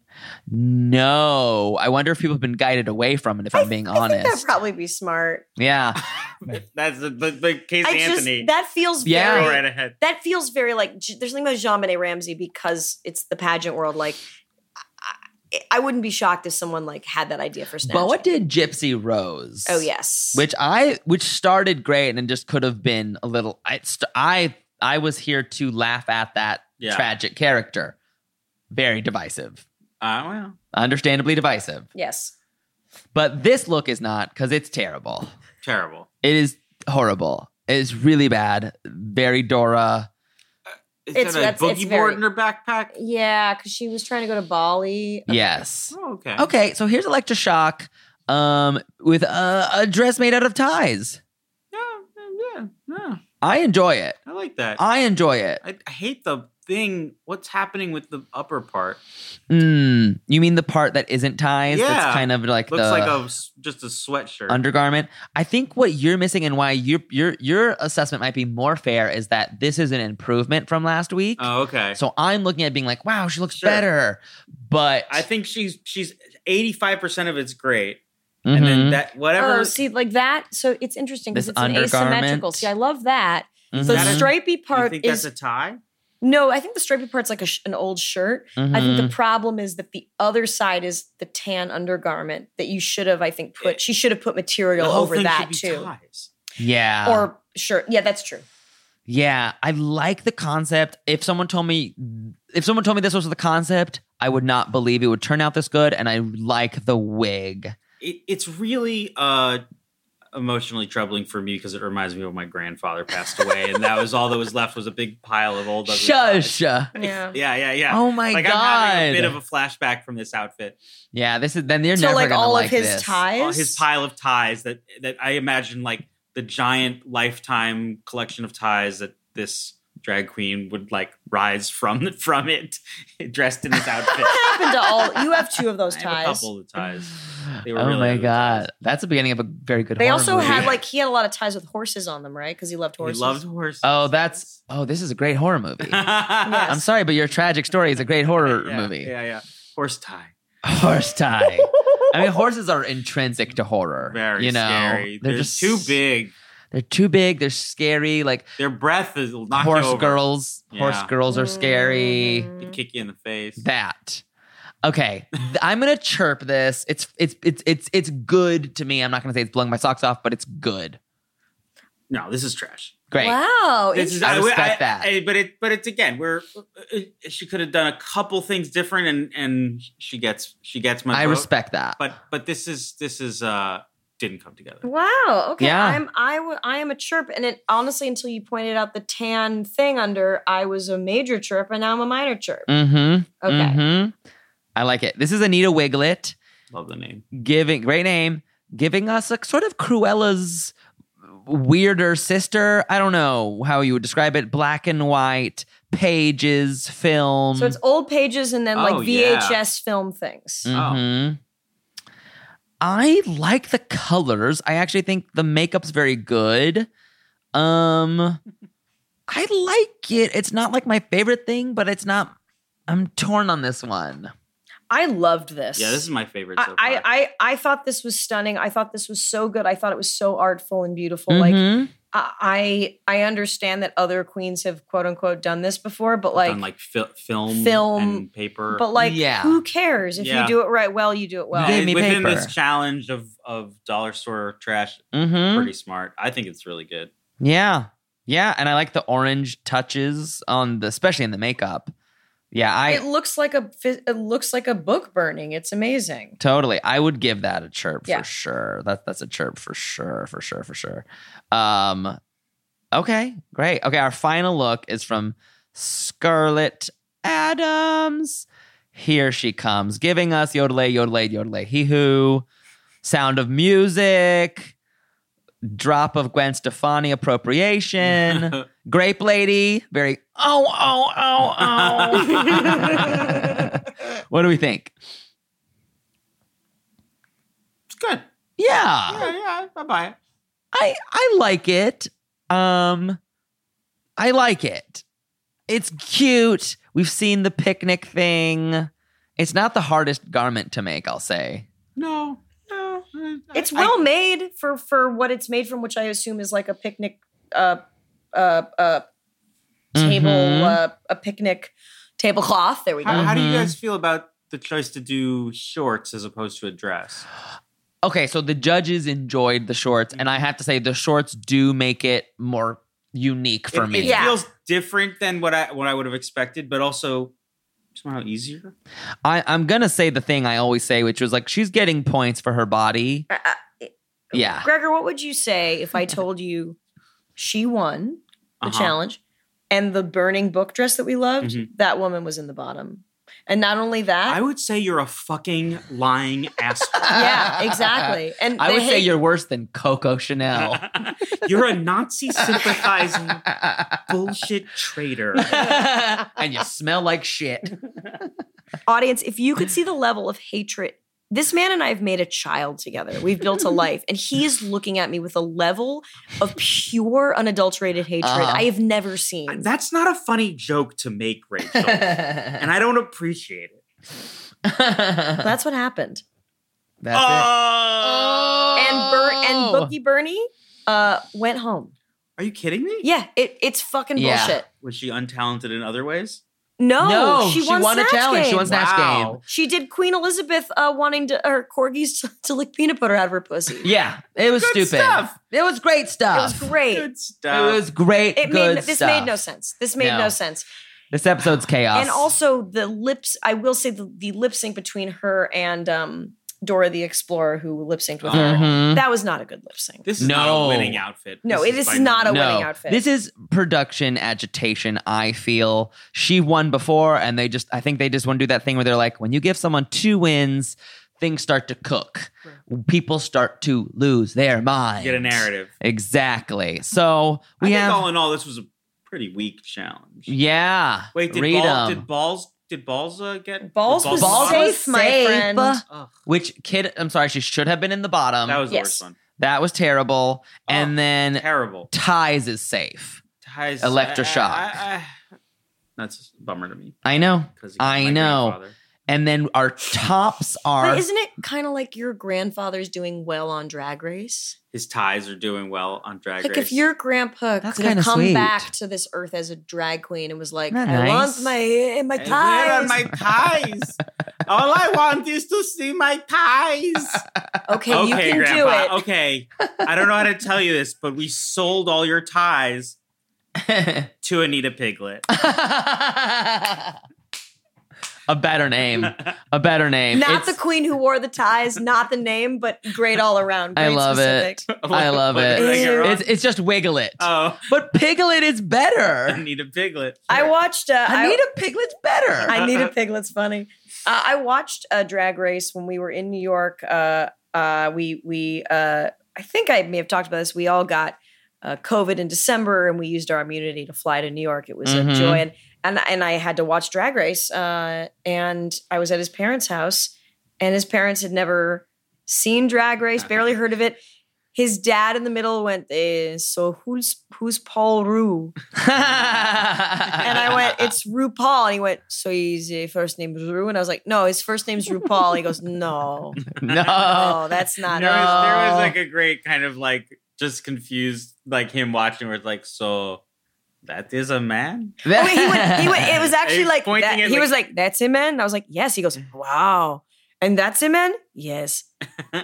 C: No, I wonder if people have been guided away from it. If I, am being
D: I think
C: honest,
D: that'd probably be smart.
C: yeah.
F: That's the, the, the Casey
D: I just
F: Anthony.
D: that feels
C: Yeah.
D: very
F: Go right ahead.
D: that feels very like J- there's something about Jean Benet Ramsey because it's the pageant world. Like I- I wouldn't be shocked if someone like had that idea for Snatch.
C: Boa did Gypsy Rose.
D: Oh yes.
C: which I which started great and then just could have been a little. I st- I I was here to laugh at that
F: Yeah.
C: tragic character. Very divisive,
F: Uh, well,
C: understandably divisive.
D: yes.
C: But this look is not because it's terrible.
F: terrible.
C: It is horrible. It is really bad. Very Dora.
F: Is
D: It's-
F: that
D: that's-
F: a boogie
D: it's very-
F: board in her backpack?
D: Yeah, because she was trying to go to Bali.
C: Yes.
F: Oh, okay.
C: Okay, so here's Electroshock um, with a, a dress made out of ties.
F: Yeah, yeah, yeah.
C: I enjoy it.
F: I like that.
C: I enjoy it.
F: I, I hate the thing. What's happening with the upper part?
C: Mm, you mean the part that isn't ties?
F: Yeah.
C: That's kind of like
F: Looks
C: the
F: like a s- just a sweatshirt.
C: undergarment. I think what you're missing and why your your your assessment might be more fair is that this is an improvement from last week.
F: oh, okay.
C: So I'm looking at it being like, wow, she looks
F: Sure.
C: better. But
F: I think she's she's eighty five percent of it's great,
C: Mhm.
F: and then that whatever.
D: Oh, see, like that. So it's interesting because
C: This
D: it's an
C: undergarment.
D: asymmetrical. See, I love that.
C: Mhm.
D: So
F: That is-
D: stripy
F: you
D: part
F: think
D: is
F: that's a tie?
D: no. I think the stripy part's like a sh- an old shirt. I think
C: mm-hmm.
D: the
F: Mm.
D: problem is that the other side is the tan undergarment that you should have. I think put she should have put material
F: The whole
D: over
F: thing
D: that
F: should be
D: too,
F: ties.
C: yeah.
D: or sure. Yeah, that's true.
C: yeah, I like the concept. If someone told me if someone told me this was the concept, I would not believe it would turn out this good and I like the wig.
F: It, it's really uh, emotionally troubling for me because it reminds me of when my grandfather passed away, and that was all that was left was a big pile of old. ugly
C: Shush.
F: ties.
D: Yeah.
F: Yeah, yeah, yeah.
C: Oh my
F: like
C: god.
F: I'm having a bit of a flashback from this outfit.
C: yeah, this is then they're
D: So
C: never
D: like
C: gonna
D: all
C: like
D: of his
C: this.
F: All
D: ties.
F: Uh, his pile of ties that that I imagine like the giant lifetime collection of ties that this drag queen would like rise from from it, dressed in this outfit.
D: happened to all. You have two of those
F: I have a
D: ties.
F: couple of the ties. They were
C: Oh
F: really
C: my
F: ugly
C: god,
F: ties.
C: that's the beginning of a very good.
D: They
C: horror
D: also
C: movie.
D: had like he had a lot of ties with horses on them, right? Because he loved
F: He
D: horses.
F: loved horses.
C: Oh, that's oh, this is a great horror movie.
F: yeah,
C: I'm sorry, but your tragic story is a great horror movie.
F: Yeah, yeah. Horse tie.
C: Horse tie. I mean, horses are intrinsic to horror.
F: Very
C: you know,
F: scary.
C: They're,
F: They're,
C: just
F: too big.
C: They're too big. They're scary. Like
F: Their breath is knock you
C: horse
F: over.
C: girls. Horse
F: Yeah.
C: girls are scary.
D: Mm.
F: They kick you in the face.
C: That. Okay, Th- I'm gonna chirp this. It's it's it's it's it's good to me. I'm not gonna say it's blowing my socks off, but it's good.
F: no, this is trash.
C: Great.
D: Wow.
F: This
D: interesting.
F: is,
C: I respect that.
F: I- but it, but it's again, we're uh, she could have done a couple things different, and and she gets she gets my.
C: I
F: vote.
C: respect that.
F: But but this is this is uh didn't come together.
D: Wow. Okay.
C: Yeah.
D: I'm I w- I am a chirp, and it honestly, until you pointed out the tan thing under, I was a major chirp, and now I'm a minor chirp.
C: Mm-hmm.
D: Okay.
C: Mhm. I like it. This is Anita Wiglet
F: Love the name.
C: giving great name, giving us a sort of Cruella's weirder sister. I don't know how you would describe it. Black and white pages film.
D: So it's old pages, and then like
F: Mm. Oh, yeah. Mm.
D: VHS film things.
C: Mhm. I like the colors. I actually think the makeup's very good. Um I like it. It's not like my favorite thing, but it's not I'm torn on this one.
D: I loved this.
F: Yeah, this is my favorite.
D: I,
F: so far.
D: I I I thought this was stunning. I thought this was so good. I thought it was so artful and beautiful.
F: Mm-hmm.
D: Like
C: Mhm.
D: I I I understand that other queens have quote unquote done this before, but like,
F: Done like fil- film,
D: film,
F: and paper.
D: but like
C: Yeah.
D: who cares if
F: Yeah.
D: you do it right? Well, you do it well.
C: They- gave me
F: within
C: paper.
F: this challenge of of dollar store trash,
C: Mhm.
D: Mm-hmm.
F: pretty smart. I think it's really good.
C: Yeah. Yeah, and I like the orange touches on the especially in the makeup. Yeah, I
D: it looks like a phys- it looks like a book burning. It's amazing.
C: Totally. I would give that a chirp
D: Yeah.
C: for sure. That that's a chirp for sure, for sure, for sure. Um okay, great. Okay, our final look is from Scarlett Adams. Here she comes, giving us yodelay, yodelay, yodelay, hee hoo, sound of music, drop of Gwen Stefani appropriation, grape lady, very oh, oh, oh, oh. what do we think?
F: It's good.
C: Yeah.
F: Yeah, yeah, I buy it.
C: I I like it. Um I like it. It's cute. We've seen the picnic thing. It's not the hardest garment to make, I'll say.
F: No, no, uh,
D: It's
F: I-
D: well made for for what it's made from, which I assume is like a picnic, uh, uh, uh table,
C: Mhm.
D: uh, a picnic tablecloth. There we go.
F: How, how do you
C: Mhm.
F: guys feel about the choice to do shorts as opposed to a dress?
C: Okay, so the judges enjoyed the shorts, and I have to say the shorts do make it more unique for
F: it,
C: me.
F: it
D: Yeah.
F: feels different than what I what I would have expected, but also somehow easier.
C: I, I'm gonna say the thing I always say, which was like she's getting points for her body.
D: Uh, uh,
C: Yeah.
D: Gregor, what would you say if I told you she won the
F: Uh-huh.
D: challenge and the burning book dress that we loved,
C: Mm-hmm.
F: Mhm.
D: that woman was in the bottom? And not only
F: I
D: that,
F: would say you're a fucking lying asshole.
D: yeah, exactly. And
C: I
D: the
C: would say
D: hate-
C: you're worse than Coco Chanel.
F: you're a Nazi sympathizing bullshit traitor.
C: and you smell like shit.
D: audience, if you could see the level of hatred, this man and I have made a child together. We've built a life, and he is looking at me with a level of pure, unadulterated hatred
C: Uh-huh.
D: I have never seen.
F: That's not a funny joke to make, Rachel, and I don't appreciate it.
C: That's
D: That's what happened.
C: it.
F: Oh!
D: And Bert and
C: Oh.
D: Bookie Bernie uh, went home.
F: Are you kidding me?
D: Yeah, it, it's fucking
C: Yeah.
D: bullshit.
F: Was she untalented in other ways?
D: No, she, won,
C: a
D: Snatch
C: challenge. She
D: Game.
C: won Snatch
F: Wow.
C: Game.
D: She did Queen Elizabeth uh, wanting to, her corgis to, to lick peanut butter out of her pussy.
C: Yeah, it was
F: Good
C: stupid.
F: stuff.
C: It was great
D: It
C: stuff.
D: was great.
F: Good
C: It
F: stuff.
C: was great.
D: It
C: good
D: made this
C: stuff.
D: made no sense. This made
C: No.
D: no sense.
C: This episode's chaos.
D: and also the lips i will say the, the lip sync between her and um, dora the explorer who lip synced with her
C: Mhm.
D: that was not a good lip sync
F: this is not
C: No.
F: a winning outfit.
D: No,
F: This
D: it is
F: by
D: not
F: no
D: a-
F: means-
D: winning outfit.
C: This is production agitation, I feel. She won before, and they just, I think they just want to do that thing where they're like, when you give someone two wins, things start to cook. People start to lose their mind.
F: Get a narrative.
C: Exactly. So
F: I
C: we
F: think
C: have,
F: all in all, this was a pretty weak challenge.
C: yeah.
F: Wait, did,
C: read
F: Ball,
C: 'em.
F: did balls? Did balls uh, get
D: balls,
F: did
D: was
C: Balls
D: safe
C: was
D: my
C: safe.
D: friend
F: Ugh,
C: Which kid? I'm sorry, she should have been in the bottom.
F: that was the
D: yes.
F: worst one.
C: That was terrible.
F: Oh,
C: and then
F: Terrible.
C: ties is safe.
F: Ties,
C: Electroshock.
F: I- I- I- that's a bummer to me
C: I know.
F: because
C: I know. And then our tops are.
D: but isn't it kind of like your grandfather's doing well on drag race
F: His ties are doing well on Drag
D: like
F: Race.
D: if your grandpa
C: That's
D: could have
C: kinda
D: come
C: sweet.
D: back to this earth as a drag queen and was like
C: Isn't that
D: i
C: nice?
D: want my my
F: And where are
D: ties
F: my ties? All I want is to see my ties.
D: okay, you
F: okay,
D: can
F: Grandpa.
D: do it
F: Okay, I don't know how to tell you this, but we sold all your ties to Anita Piglet.
C: a better name. A better name.
D: not
C: It's-
D: the queen who wore the ties not the name but great all around
C: I
D: great
C: love
D: specific.
C: it. I love
F: What did I get
C: it.
D: Ew.
F: wrong?
C: It's, it's just Wiggle It.
F: oh,
C: but Piglet is better.
F: Anita Piglet.
D: i watched uh, I-
C: Anita Piglet's better.
D: I need a piglet's funny. Uh, I watched a drag race when we were in New York. Uh, uh, we we uh, I think I may have talked about this. We all got uh, COVID in December, and we used our immunity to fly to New York. It was a
C: Mhm.
D: joy, and and and I had to watch Drag Race. Uh, and I was at his parents' house, and his parents had never seen Drag Race, barely heard of it. His dad in the middle went, eh, "So who's who's Paul Rue?" And I went, it's RuPaul. And he went, so his uh, first name is Ru? And I was like, no, his first name's RuPaul. He goes, no,
C: no.
D: no, that's not
F: there, was, there was
C: No.
F: like a great kind of like just confused, like him watching where it's like, so that is a man?
D: Oh, wait, he went, he went, it was actually
F: He's
D: like,
F: pointing
D: that,
F: at,
D: he
F: like-
D: was like, that's him, man? And I was like, yes. He goes, wow. And that's him, man? Yes.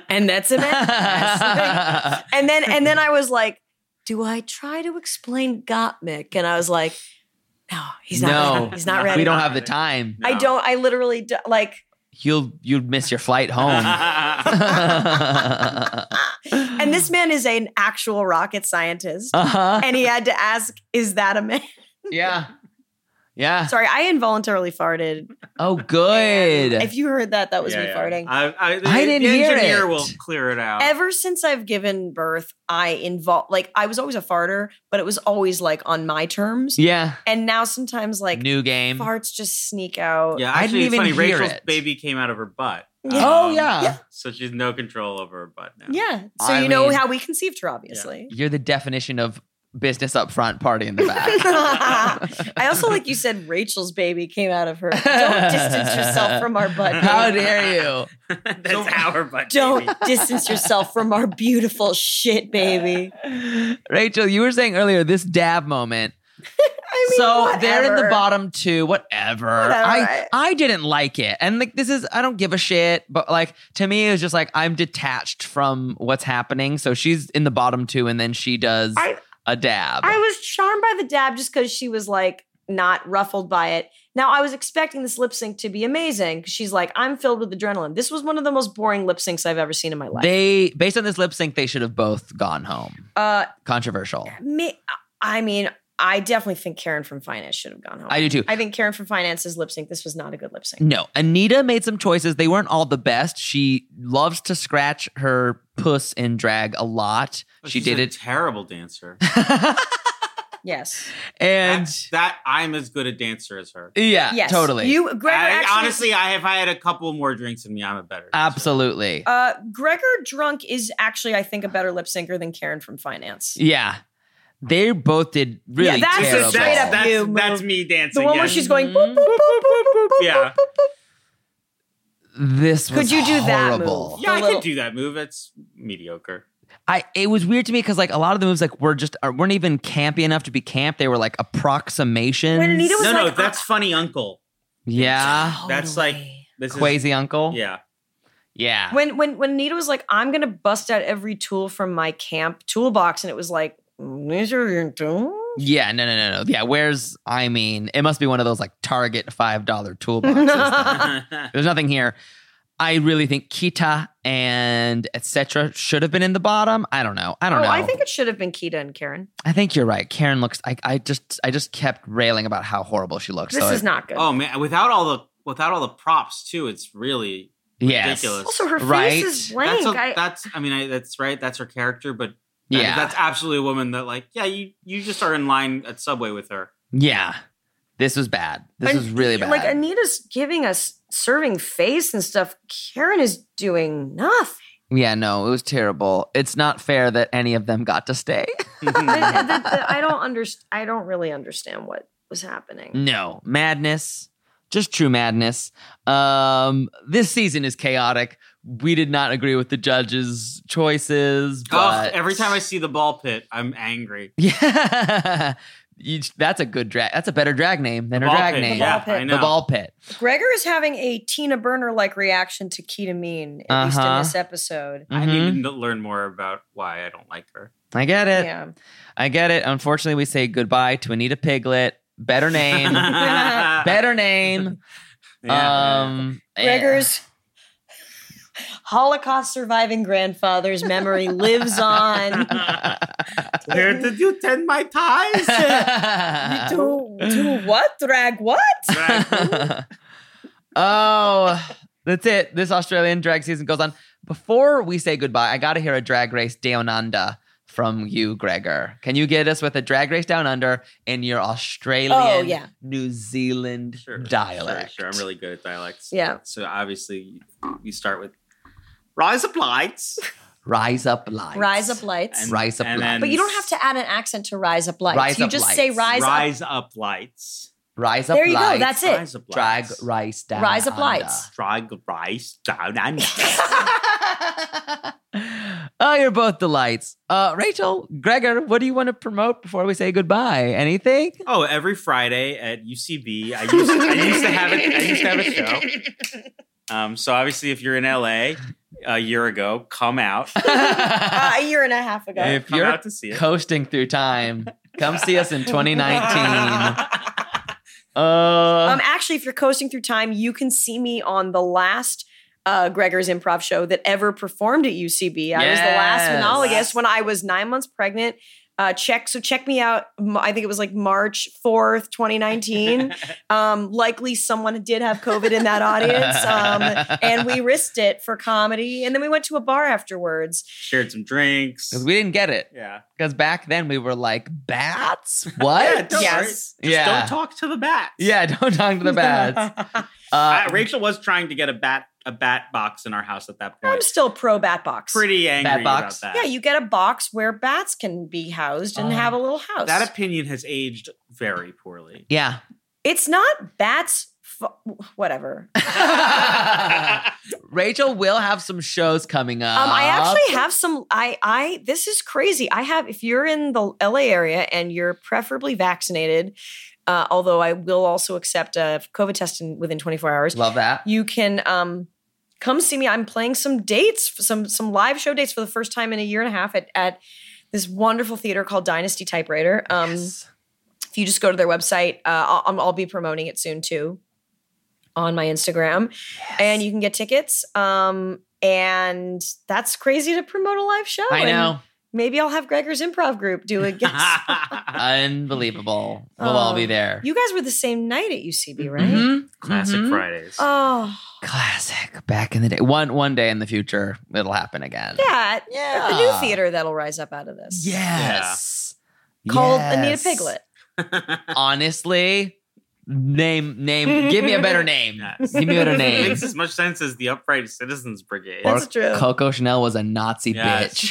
D: And that's him, man? Yes. and then, and then I was like, do I try to explain Gottmik? And I was like, no, he's not
C: No.
D: ready. He's not
F: We
D: ready.
C: we don't have the time.
D: I don't, I literally, do, like,
C: You'll you'd miss your flight home. Uh-huh.
F: don't.
D: and this man is an actual rocket scientist.
C: uh-huh.
D: and he had to ask, "Is that a man?"
C: Yeah. Yeah.
D: Sorry, I involuntarily farted.
C: Oh, good.
D: If you heard that, that was
F: Yeah,
D: me
F: yeah.
D: farting.
F: I, I, the,
C: I didn't
F: the
C: hear
F: engineer
C: it.
F: will clear it out.
D: Ever since I've given birth, I involve like I was always a farter, but it was always like on my terms.
C: yeah.
D: And now sometimes like
C: New game.
D: farts just sneak out.
F: yeah,
C: I
F: actually,
C: didn't
F: it's
C: even
F: funny.
C: hear
F: Rachel's
C: it.
F: baby came out of her butt.
D: Yeah.
C: Oh,
F: Um,
C: yeah.
F: So she's no control over her butt now.
D: Yeah. So
C: I
D: you know
C: mean-
D: how we conceived her, obviously.
C: You're the definition of business up front, party in the back.
D: I also like you said Rachel's baby came out of her. Don't distance yourself from our butt.
C: How
D: baby.
C: dare you?
F: That's how her butt.
D: Don't
F: baby.
D: distance yourself from our beautiful shit baby.
C: Rachel, you were saying earlier this dab moment.
D: mean,
C: so they're in the
D: whatever.
C: bottom two, whatever. I
D: I-
C: I didn't like it, and like this is I don't give a shit, but like to me it was just like I'm detached from what's happening. So she's in the bottom two, and then she does a
D: I-
C: dab.
D: I was charmed by the dab just because she was like not ruffled by it. Now I was expecting this lip sync to be amazing because she's like, I'm filled with adrenaline. This was one of the most boring lip syncs I've ever seen in my life.
C: they based on this lip sync, they should have both gone home.
D: uh,
C: Controversial.
D: me, I mean, I definitely think Karen from Finance should have gone home.
C: I do too.
D: I think Karen from Finance's lip sync. This was not a good lip sync.
C: No, Anita made some choices. They weren't all the best. She loves to scratch her puss in drag a lot. she
F: She's
C: did
F: a
C: it.
F: Terrible dancer.
D: Yes.
C: and
F: that, that I'm as good a dancer as her.
C: yeah,
D: yes.
C: Uh, totally.
D: You, Gregor,
F: I-
D: actually,
F: honestly, I if I had a couple more drinks in me, I'm a better. dancer.
C: Absolutely.
D: uh, Gregor drunk is actually, I think, a better lip syncer than Karen from Finance.
C: yeah. They both did really
D: that's a
C: terrible.
D: straight up
F: that's,
D: you
F: that's
D: move.
F: me dancing.
D: The one where
F: yes.
D: she's going.
C: Mhm.
D: boop, boop, boop, boop, boop, boop,
F: Yeah.
D: boop, boop,
C: This
D: Could
C: was
D: you do that
C: horrible.
D: move?
F: Yeah, I
D: little-
F: could do that move. That's mediocre.
C: I it was weird to me because like a lot of the moves like were just uh, weren't even campy enough to be camp. They were like approximations.
D: When Anita was
F: No, no,
D: like, uh, Oh,
F: that's funny, Uncle.
C: yeah,
F: That's like this
C: crazy uncle.
F: is yeah.
C: yeah.
D: when when when Anita was like, I'm gonna bust out every tool from my camp toolbox, and it was like, these are your tools.
C: yeah, no, no, no, no. Yeah, where's I mean, it must be one of those like Target five dollar toolboxes. that- There's nothing here. I really think Kita and etc. should have been in the bottom. I don't know. I
D: Oh,
C: don't know.
D: I think it should have been Kita and Karen.
C: I think you're right. Karen looks. I, I just I just kept railing about how horrible she looks.
D: This
C: so
D: is not good.
F: oh man, without all the without all the props too, it's really
C: yes.
F: ridiculous.
D: also, her
C: Right.
D: face is
F: That's,
D: blank.
F: a-
D: I-
F: that's I mean I, that's right. That's her character, but that-
C: Yeah.
F: that's absolutely a woman that like yeah you you just are in line at Subway with her.
C: Yeah. This was bad. This
D: And,
C: was really bad.
D: Like Anita's giving us serving face and stuff. Karen is doing nothing.
C: yeah, no, it was terrible. It's not fair that any of them got to stay.
D: I, the- the- I don't understand. I don't really understand what was happening.
C: no, madness. Just true madness. Um, this season is chaotic. We did not agree with the judges' choices.
F: Ugh,
C: But
F: Oh, every time I see the ball pit, I'm angry.
C: yeah, You- that's a good drag. That's a better drag name than her
F: ball
C: drag
F: pit,
C: name.
F: yeah,
D: The ball
F: I
D: pit.
F: know.
C: The ball pit.
D: Gregor is having a Tina Burner like reaction to ketamine, at least in
C: Uh-huh.
D: this episode.
F: I
C: Mhm.
F: need to learn more about why I don't like her.
C: Mm-hmm. I get it.
D: Yeah.
C: I get it. Unfortunately, we say goodbye to Anita Piglet. Better name. Better name.
F: Yeah.
C: Um,
D: Gregor's Eh. Holocaust surviving grandfather's memory lives on.
F: Where did you tend my ties?
D: Do do what? Drag what?
C: oh, that's it. This Australian drag season goes on. Before we say goodbye, I got to hear a drag race down under from you, Gregor. Can you get us with a drag race down under in your Australian,
D: Oh, yeah.
C: New Zealand
F: Sure,
C: dialect?
F: Sure, sure, I'm really good at dialects.
D: Yeah.
F: So obviously, you start with rise up lights.
C: Rise up lights.
D: Rise up lights.
C: Rise up
F: and
C: lights.
F: then
D: But you don't have to add an accent to rise up lights.
C: Rise
D: you
C: up
D: just
C: lights.
D: say rise,
F: rise up lights.
C: Rise
D: up.
C: up
D: There you
C: lights.
D: go. That's it.
F: Rise up
C: Drag
F: lights.
C: rice down.
D: Rise up
C: under.
D: lights.
F: Drag rice down and
C: oh, you're both delights. Uh, Rachel, Gregor, what do you want to promote before we say goodbye? Anything?
F: Oh, every Friday at UCB, I used, I used to have it. I used to have a show. Um, so obviously, if you're in LA a year ago, come out.
D: Uh, a year and a half ago.
C: if
F: Come
C: you're
F: out to see it.
C: coasting through time, come see us in 2019. Uh,
D: Um, actually, if you're coasting through time, you can see me on the last uh, Gregor's improv show that ever performed at UCB. I was the
C: Yes.
D: last monologist when I was nine months pregnant. Uh, check so check me out. M- I think it was like March fourth, twenty nineteen. um, likely someone did have COVID in that audience, um, and we risked it for comedy. And then we went to a bar afterwards.
F: Shared some drinks.
C: 'cause we didn't get it.
F: yeah.
C: Because back then we were like, bats? What?
F: don't
D: Yes.
F: worry. Just
C: Yeah.
F: don't talk to the bats.
C: Yeah, don't talk to the bats. Uh,
F: Uh, Rachel was trying to get a bat a bat box in our house at that point.
D: I'm still pro Bat Box.
F: pretty angry
C: Bat box?
F: about
D: yeah,
F: that.
D: you get a box where bats can be housed and
C: Oh.
D: have a little house.
F: Uh, that opinion has aged very poorly.
C: yeah.
D: It's not bats. F- whatever. Um,
C: Rachel will have some shows coming up.
D: Um, I actually have some. I I this is crazy. I have. If you're in the LA area and you're preferably vaccinated, Uh, although I will also accept a COVID test in, within 24 hours.
G: Love that.
D: You can um, come see me. I'm playing some dates, some some live show dates for the first time in a year and a half at at this wonderful theater called Dynasty Typewriter. Um, If you just go to their website, uh, I'll, I'm- I'll be promoting it soon too on my Instagram, and you can get tickets. Um, and that's crazy to promote a live show.
C: I
D: And
C: know.
D: Maybe I'll have Gregor's improv group do a guest.
C: Unbelievable. We'll all
D: Oh,
C: be there.
D: you guys were the same night at UCB, right?
F: Mm-hmm.
D: Mm-hmm.
C: Mhm.
F: Classic
C: Mhm.
F: Fridays.
D: Oh,
C: Classic. Back in the day. One one day in the future, it'll happen again.
D: that.
C: Yeah.
D: The new theater that'll rise up out of this.
C: Yes.
D: Called
C: Yes.
D: Anita Piglet.
C: Honestly, name name. give me a better name.
F: Yes.
C: Give me a better
F: It
C: name.
F: makes as much sense as the Upright Citizens Brigade.
D: That's true.
C: Coco Chanel was a Nazi
F: Yes.
C: bitch.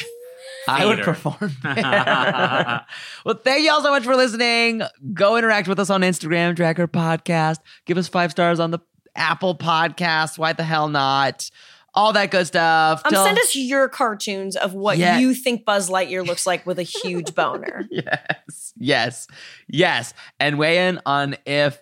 C: I would
F: Theater.
C: perform. there. well, thank you all so much for listening. Go interact with us on Instagram, Tracker Podcast. Give us five stars on the Apple Podcast. Why the hell not? All that good stuff.
D: Um,
C: Tell-
D: send us your cartoons of what
C: Yeah.
D: you think Buzz Lightyear looks like with a huge boner.
C: Yes, yes, yes. And weigh in on if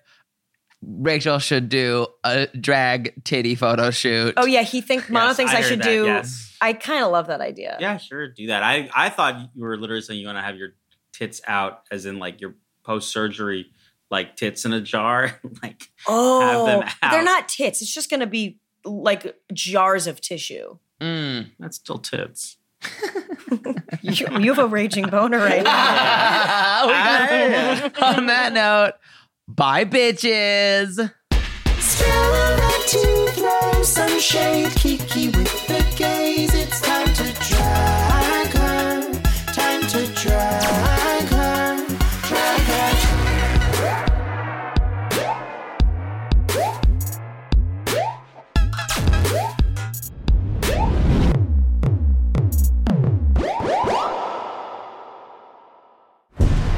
C: Rachel should do a drag titty photo shoot.
D: Oh yeah, he think Mono
F: Yes,
D: thinks
F: I
D: I,
F: heard
D: should
F: that,
D: do.
F: yes.
D: I kind of love that idea.
F: Yeah, sure, do that. I I thought you were literally saying you want to have your tits out, as in like your post surgery, like tits in a jar, like
D: Oh,
F: them
D: but they're
F: out.
D: not tits. It's just gonna be like jars of tissue.
C: Mm.
F: that's still tits.
D: You, you have a raging boner right now.
C: We got it. on that note, bye, bitches.
H: Still around to throw some shade, Kiki with the gaze. It's time to drag her, time to drag her, drag her.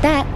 A: That